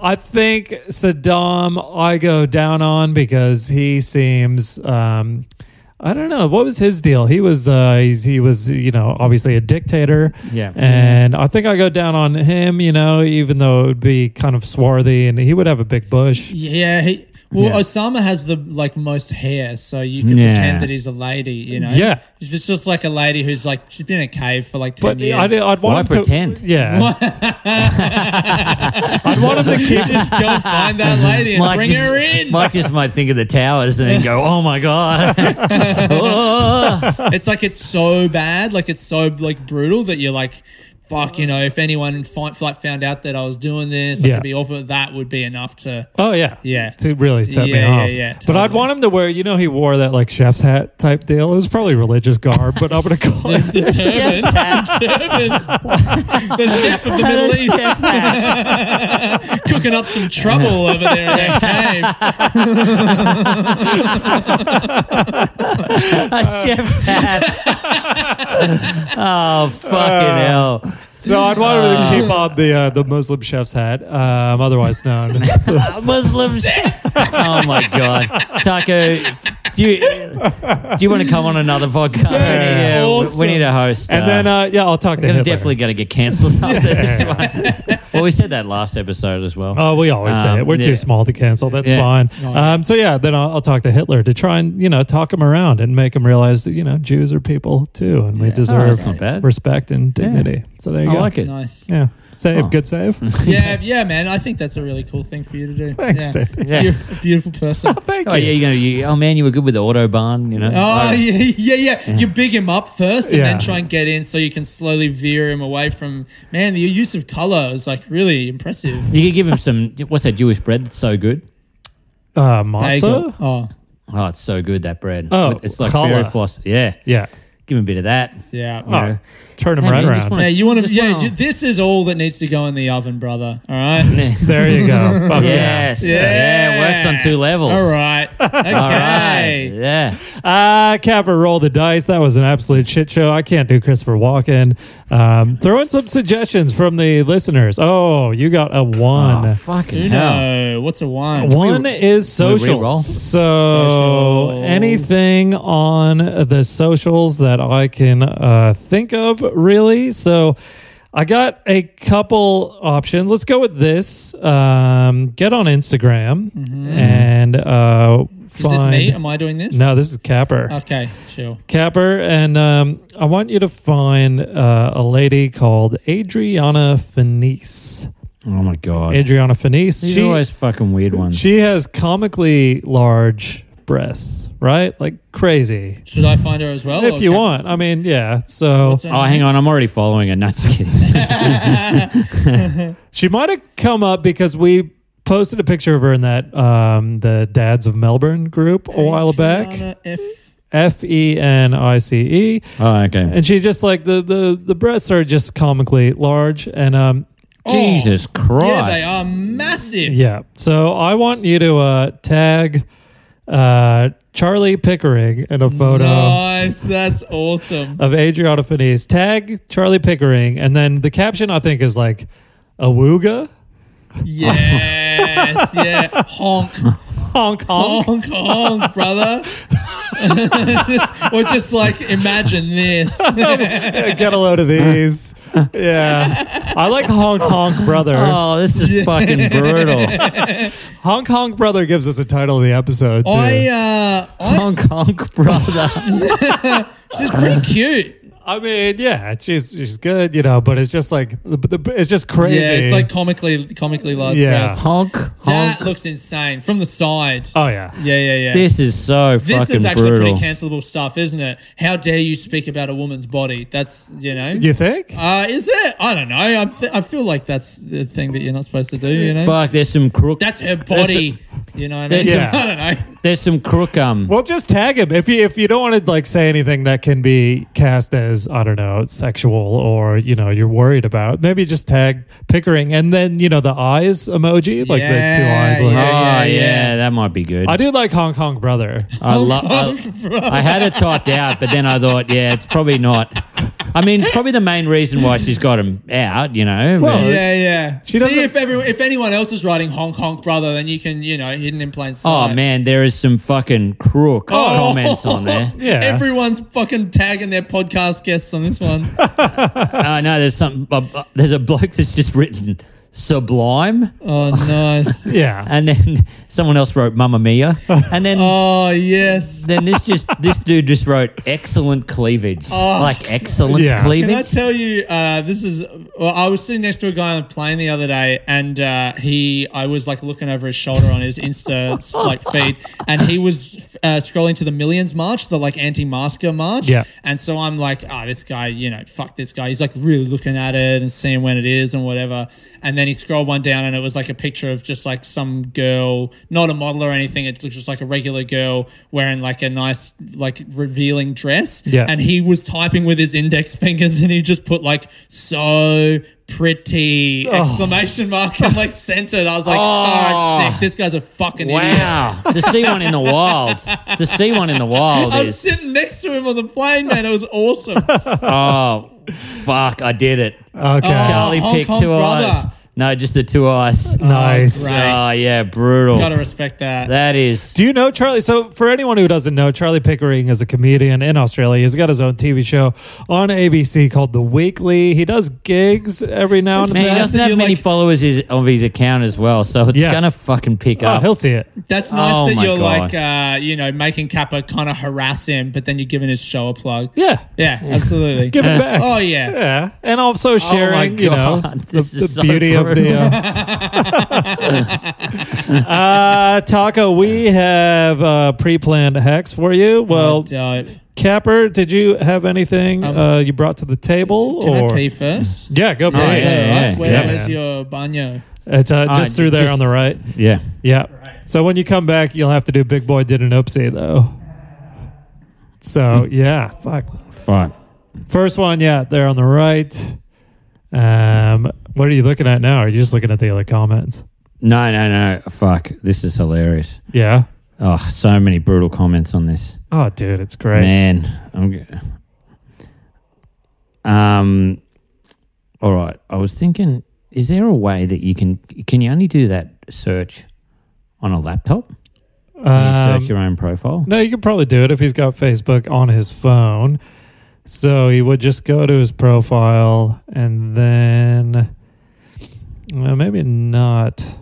I think Saddam I go down on because he seems. Um, I don't know what was his deal. He was uh, he's, he was you know obviously a dictator. Yeah. and I think I go down on him. You know, even though it would be kind of swarthy and he would have a big bush. he had. Yeah. He, well, Yeah. Osama has the like most hair, so you can Yeah. pretend that he's a lady. You know. Yeah. If It's just like a lady who's like she's been in a cave for like ten But years. I'd, I'd want Why him pretend? to [LAUGHS] yeah. I'd want him to keep just go find that lady and bring just, her [LAUGHS] in. Mike just might think of the towers and then go, oh my God. [LAUGHS] Oh. it's like it's so bad, like it's so like brutal that you're like, fuck, you know, if anyone fi- like found out that I was doing this, I Yeah. could be awful. That would be enough to. Oh yeah, Yeah. To really set me Yeah, yeah, off. yeah, But I'd totally. want him to wear. You know, he wore that like chef's hat type deal. It was probably religious garb, but I'm gonna [LAUGHS] call it. [LAUGHS] The turban, [LAUGHS] the turban, the chef of the Middle East, [LAUGHS] cooking up some trouble over there in that cave. [LAUGHS] A chef hat. oh, fucking hell. So I'd want him to keep on the uh, the Muslim chef's hat, um, otherwise known. Muslims. oh my God. Taco, do you, do you want to come on another podcast? Yeah. Yeah, we- Awesome. we need a host. and uh, then uh, yeah, I'll talk to We're him. definitely going to get cancelled after this one. well, we said that last episode as well. Oh, we always say Um, it. We're yeah. too small to cancel. That's Yeah. fine. Oh, yeah. Um, so yeah, then I'll, I'll talk to Hitler to try and you know talk him around and make him realize that you know Jews are people too, and we deserve Oh, that's not bad. respect and dignity. So there you I go. like it. Nice. Yeah, save. Oh. Good [LAUGHS] save. Yeah, yeah, man. I think that's a really cool thing for you to do. Thanks, yeah. dude. Yeah. You're a beautiful [LAUGHS] person. Thank Oh you. yeah, you know, you, oh man, you were good with the autobahn, you know. Uh, Oh yeah, yeah, yeah. You big him up first, and Yeah. then try and get in, so you can slowly veer him away from. Man, the use of color is like really impressive. You could give him some. What's that Jewish bread? that's so good. Uh, Bagel. matzah? Oh, Oh, it's so good that bread. Oh, it's like challah. fairy floss. Yeah, Yeah. give him a bit of that. [LAUGHS] You yeah. Oh, know. Turn him Hey, right man, just around. wanna- Yeah, you want to? Just Yeah, wanna- ju- this is all that needs to go in the oven, brother. All right. There you go. Fuck yeah. Yes. [LAUGHS] Yeah. Works on two levels. All [LAUGHS] right. Okay. All right. Yeah. Uh, Capper, roll the dice. That was an absolute shit show. I can't do Christopher Walken. Um, throw in some suggestions from the listeners. Oh, you got a Ah, Oh, one. fucking hell. Uno. What's a one? One we- is we re-roll? socials. So Socials. anything on the socials that I can uh, think of, really. So I got a couple options. Let's go with this. Um, get on Instagram and uh, Mm-hmm. Is this me? find- Am I Oh, doing this? No, this is Capper. Okay. Chill. Capper, and um, I want you to find uh, a lady called Adriana Fenice. Oh my god. Adriana Fenice. These She, are always fucking weird ones. she has comically large breasts, right? Like crazy. Should I find her as well? if or you can- want. I mean, yeah. So What's her oh, name? hang on. I'm already [LAUGHS] following it. No, just kidding. she might have come up because we posted a picture of her in that um, the Dads of Melbourne group a while back. Adriana F. F E N I C E. [LAUGHS] Oh, okay. And she just like the the the breasts are just comically large and um Jesus Christ. oh, Yeah, they are massive. yeah. So I want you to uh tag uh Charlie Pickering in a uh, photo. Nice. That's [LAUGHS] awesome. of Adriana Finese. Tag Charlie Pickering, and then the caption I think is like awooga Yes. yeah. [LAUGHS] Honk. honk honk. Honk, honk, brother. [LAUGHS] or just like, imagine this. [LAUGHS] [LAUGHS] Get a load of these. Yeah, I like honk honk brother. Oh, this is fucking [LAUGHS] brutal. honk honk brother gives us a title of the episode. Too. Oh, I, uh, I, Hong Kong brother. she's pretty cute. I mean, yeah, she's she's good, you know, but it's just like the, the, it's just crazy. Yeah, it's like comically, comically large Yeah. breasts. Honk, honk. Uh, That looks insane from the side. oh yeah. Yeah, yeah, yeah. This is so This fucking is actually brutal. pretty cancelable stuff, isn't it? How dare you speak about a woman's body? That's you know. You think? Uh, is it? I don't know. I th- I feel like that's the thing that you're not supposed to do. You know. Fuck, there's some crook. that's her body. you know. What I mean? Yeah. [LAUGHS] I don't know. There's some crook. Um, Well, just tag him if you if you don't want to like say anything that can be cast as I don't know sexual or you know you're worried about. Maybe just tag Pickering and then you know the eyes emoji like the two eyes. Like, oh Yeah, yeah, yeah, yeah. that might be good. I do like Hong Kong brother. [LAUGHS] I, lo- I, I had it typed out, but then I thought, yeah, it's probably not. I mean, it's probably the main reason why she's got him out. You know. Well, but- Yeah, yeah. See Oh, doesn't- if everyone, if anyone else is writing Hong Kong brother, then you can you know hidden in plain sight. oh man, there is some fucking crook Oh. comments on there. Yeah. Everyone's fucking tagging their podcast guests on this one. [LAUGHS] Oh no, there's some. Uh, uh, there's a bloke that's just written sublime, Oh, nice. Yeah. and then someone else wrote Mamma Mia, and then Oh, yes. then this just this dude just wrote excellent cleavage, like excellent Yeah. cleavage. Oh. Can I tell you, uh, this is. Well, I was sitting next to a guy on a plane the other day, and uh, he, I was like looking over his shoulder on his Insta like feed, and he was uh, scrolling to the Millions March, the like anti-masker march. Yeah. And so I'm like, ah, this guy, you know, fuck this guy. He's like really looking at it and seeing when it is and whatever. And then he scrolled one down, and it was like a picture of just like some girl, not a model or anything. It looks just like a regular girl wearing like a nice, like revealing dress. Yeah. And he was typing with his index fingers and he just put like so Oh. pretty exclamation mark and like centered. I was like, all right, sick. This guy's a fucking idiot. Wow, to see one in the wild, to see one in the wild I was is sitting next to him on the plane, man. It was [LAUGHS] awesome. oh fuck, I did it. Okay. Oh. Charlie Hong picked Kong two brother. eyes. No, just the two eyes. nice. great. Oh yeah, brutal. Gotta respect that. That is Do you know Charlie? So, for anyone who doesn't know, Charlie Pickering is a comedian in Australia. He's got his own TV show on ABC called The Weekly. He does gigs every now and man. He then. doesn't have you many like- followers is- of his account as well, so it's Yeah. gonna fucking pick Oh, up. he'll see it. That's nice Oh that my you're God. like, uh, you know, making Kappa kind of harass him, but then you're giving his show a plug. Yeah. Yeah, absolutely. Give it back. Oh, yeah. Yeah, and also sharing, you know, Oh, God, the, this is the so beauty of the. brutal. Uh, uh, [LAUGHS] Taco, we have uh, pre-planned hacks for you. Well, Dope. Capper, did you have anything Um, uh, you brought to the table? Can or I pee first? yeah, go pee. Oh, yeah, Is that all yeah, right? Where- yeah, where's man. your baño? It's uh, just through there Ah, just- on the right. yeah. Yeah. So when you come back, you'll have to do Big Boy did an oopsie though. So yeah, fuck. Fine. First one, yeah, there on the right. Um, what are you looking at now? Are you just looking at the other comments? No, no, no. Fuck. This is hilarious. Yeah. Oh, so many brutal comments on this. Oh, dude, it's great. Man, I'm. g- Um. All right. I was thinking, is there a way that you can can you only do that search on a laptop? Can you Um, search your own profile. no, you could probably do it if he's got Facebook on his phone. So he would just go to his profile and then, well, maybe not.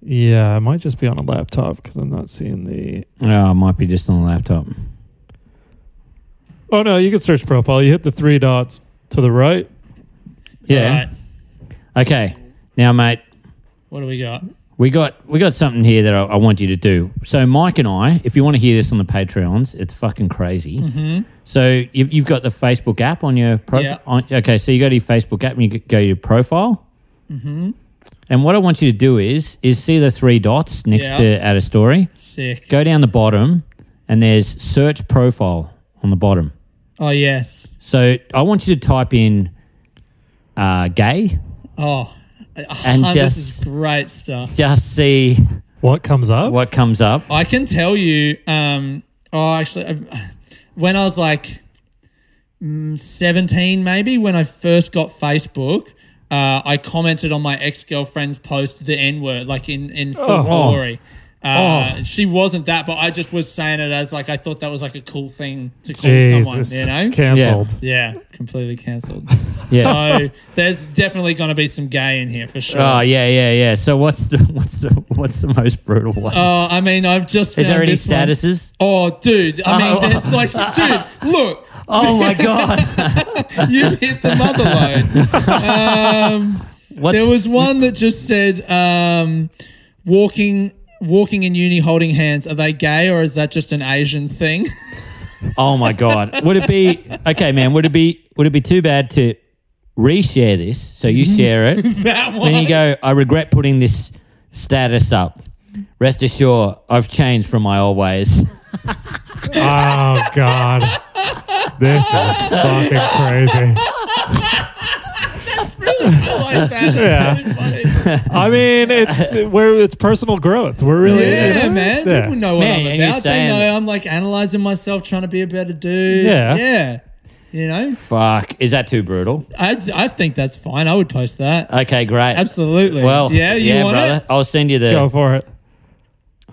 Yeah, it might just be on a laptop because I'm not seeing the. Oh, it might be just on the laptop. Oh no, you can search profile. You hit the three dots to the right. Yeah. All right, Okay. Now, mate, what do we got? we got we got something here that I, I want you to do. So, Mike and I, if you want to hear this on the Patreons, it's fucking crazy. So, you've, you've got the Facebook app on your Mm-hmm. Yeah. Mm-hmm. profile. on Okay, so you go to your Facebook app and you go to your profile. And what I want you to do is is see the three dots next Yeah. to add a story. Sick. Go down the bottom, and there's search profile on the bottom. Oh yes. So I want you to type in uh, gay. Oh, [LAUGHS] And this just- is great stuff. Just see What comes Oh. up? what comes up. I can tell you. Um, oh, actually, I- [SIGHS] when I was like mm, seventeen, maybe when I first got Facebook, uh, I commented on my ex girlfriend's post the N word, like in in full Oh. glory. Uh, She wasn't that, but I just was saying it as like I thought that was like a cool thing to call Jesus, someone, you know? canceled. yeah, completely cancelled. Yeah. So there's definitely going to be some gay in here for sure. Oh yeah, yeah, yeah. So what's the what's the what's the most brutal one? Oh, I mean, I've just. Is there found any this one. statuses? Oh, dude! I mean, Oh. it's like, dude, look, Oh [LAUGHS] my god! you hit the mother [LAUGHS] load. What's, There was one that just said, um, "Walking, walking in uni, holding hands. Are they gay or is that just an Asian thing?" [LAUGHS] oh my god! Would it be okay, man? Would it be would it be too bad to reshare this? So you share it, [LAUGHS] that one. then you go. I regret putting this status up. Rest assured, I've changed from my old ways. [LAUGHS] Oh God, this is fucking crazy. I like [LAUGHS] that. That's really funny. I mean, it's where it's personal growth. We're really Yeah, you know, man. yeah. People know what Man, I'm and you're about. They saying- know I'm like analyzing myself, trying to be a better dude. Yeah. yeah. You know, Fuck, is that too brutal? I I think that's fine. I would post that. Okay, great. Absolutely. Well, yeah, you want brother. it? I'll send you Go the. for it.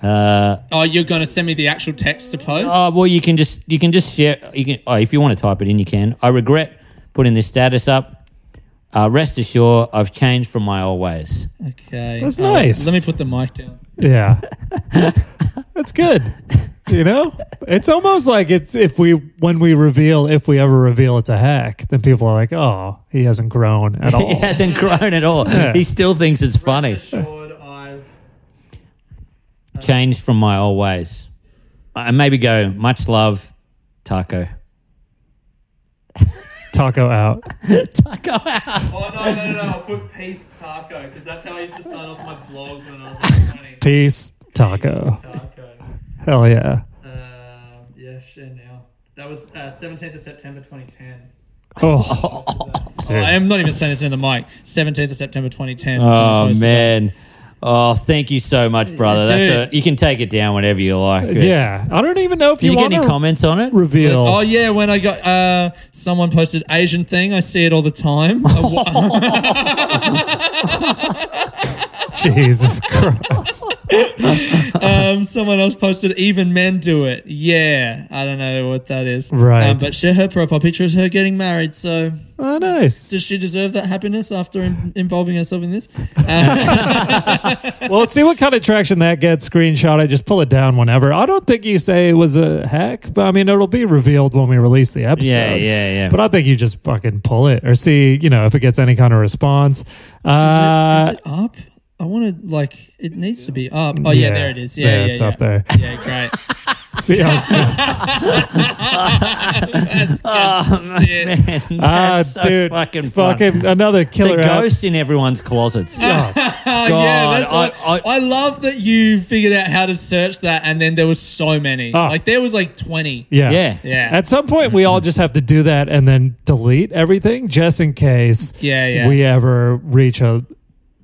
Uh, Oh, you're gonna send me the actual text to post? oh well, you can just you can just share. You can oh, if you want to type it in, you can. I regret putting this status up. Uh, rest assured, I've changed from my old ways. [LAUGHS] okay, That's Oh, nice. Let me put the mic down. Yeah, that's good. You know, it's almost like it's if we when we reveal if we ever reveal it's a hack, then people are like, "Oh, he hasn't grown [LAUGHS] at all." He hasn't grown [LAUGHS] at all. He still thinks it's funny. Changed from my old ways. Uh, And maybe go, much love, [LAUGHS] taco. Taco out. Taco out. Oh no no no! I'll put peace taco because that's how I used to sign off my blogs when I was like 20. Peace, taco. Taco. Hell yeah. Um, yeah, share now. That was uh, seventeenth of September, twenty ten. Oh, [LAUGHS] Oh, I am not even saying this in the mic. 17th of September 2010. Oh, Post that. man. Oh, thank you so much, brother. That's a, you can take it down whenever you like. yeah. I don't even know if Did you, you, get want any to comments on it? reveal. Oh yeah, when I got uh, someone posted Asian thing, I see it all the time. [LAUGHS] I wa- Jesus [LAUGHS] Christ. um, someone else posted even men do it. Yeah, I don't know what that is. Right. Um, but share her profile picture is her getting married. So Oh, nice. does she deserve that happiness after in- involving herself in this? [LAUGHS] Uh, Well, let's see what kind of traction that gets. Screenshot it. Just pull it down whenever. I don't think you say it was a hack, but I mean, it'll be revealed when we release the episode. Yeah, yeah, yeah. But I think you just fucking pull it or see, you know, if it gets any kind of response. Uh, [LAUGHS] is it up? I want to like it needs to be up. Oh yeah, there it is. Yeah, there, yeah, it's yeah. up there. Yeah, great. [LAUGHS] See how, That's [LAUGHS] good shit. ah, Oh, [LAUGHS] That's so dude, fucking it's fun. fucking another The killer app. ghost in everyone's closets. Oh, God, yeah, that's what- I- I, I- love that you figured out how to search that, and then there was so many. Oh. Like there was like twenty. Yeah. Ah. [LAUGHS] Yeah. Yeah. At some point, we all just have to do that and then delete everything just in case Yeah, yeah. we ever reach a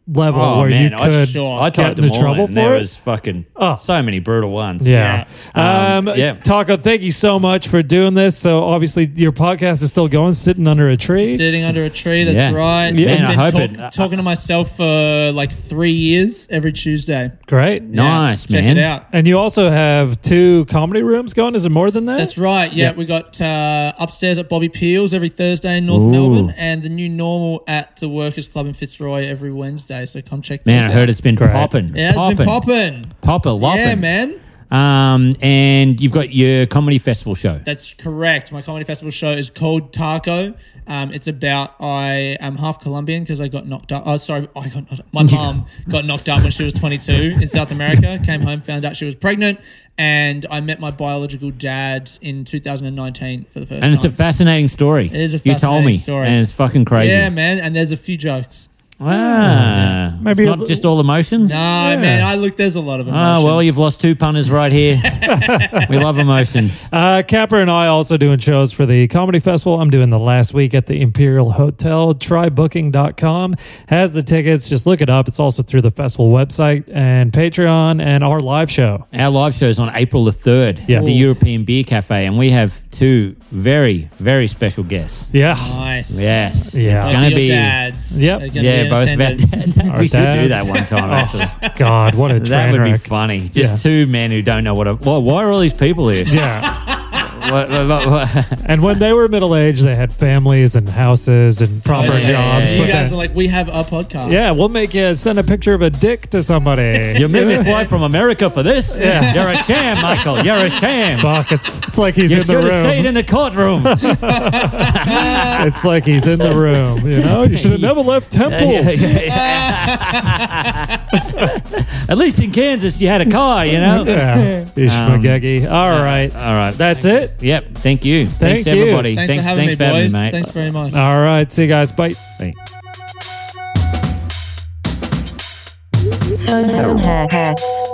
level Oh, where man. you I, could. sure. I get typed them into all trouble in, and there for it. was fucking Oh. so many brutal ones. Yeah. Yeah. Um, Um, yeah. Taco, thank you so much for doing this. So obviously your podcast is still going, sitting under a tree. Sitting under a tree. That's Yeah. right. Yeah, man, I I've been hope talk- it- uh, I- talking to myself for like three years every Tuesday. Great. Yeah, Nice, check man. it out. And you also have two comedy rooms going. Is it more than that? That's right. Yeah, Yeah. we got uh, upstairs at Bobby Peel's every Thursday in North Ooh. Melbourne, and the new normal at the Workers Club in Fitzroy every Wednesday. So come check. Man, those I heard out. it's been Great. popping. Yeah, it's been popping. Popper, Yeah, lopping. man. Um, and you've got your comedy festival show. That's correct. My comedy festival show is called Taco. Um, it's about I am half Colombian because I got knocked up. Oh, sorry, I got [LAUGHS] knocked up. My mom got knocked up when she was 22 in South America. Came home, found out she was pregnant, and I met my biological dad in 2019 for the first and time. it's a fascinating story. It is a you told fascinating me, story. and it's fucking crazy. yeah, man. And there's a few jokes. Ah, Maybe a it's not little- just all emotions. No, man, I look. There's a lot of emotion. Oh well, you've lost two punters right here. [LAUGHS] we love emotions. Uh, Capper and I also doing shows for the comedy festival. I'm doing the last week at the Imperial Hotel. Trybooking.com has the tickets. Just look it up. It's also through the festival website and Patreon and our live show. Our live show is on April the third Yeah. at the Ooh. European Beer Cafe, and we have two very, very special guests. Yeah. nice. Yes, Yeah. it's Of going to be. Dads Yep. are gonna be Yeah, in both of our attendance. dads. [LAUGHS] Our we should do that dads. one time. [LAUGHS] Actually, God, [LAUGHS] what a that Oh, train would be wreck. funny. Just Yeah. two men who don't know what. A, why, why are all these people [LAUGHS] here? Yeah. What- what- what- what- And when they were middle aged, they had families and houses and proper Yeah. jobs. Yeah. But You guys they- are like, we have a podcast. yeah, we'll make you send a picture of a dick to [LAUGHS] somebody. You made me fly from America for this? Yeah. You're a sham, Michael. You're a sham. Fuck, it's, it's like he's you in the should have room. stayed in [LAUGHS] the courtroom. it's like he's in the room. You know, you [LAUGHS] should have never left Temple. [LAUGHS] At least in Kansas, you had a car, you know? Yeah, Ish Um, McGeggy. [LAUGHS] All right, All right. that's it. Yep. Thank you. Thank thanks, you. everybody. Thanks, for having thanks me, boys. mate. Thanks very much. All right, see you guys. Bye. Thanks. Phone hacks.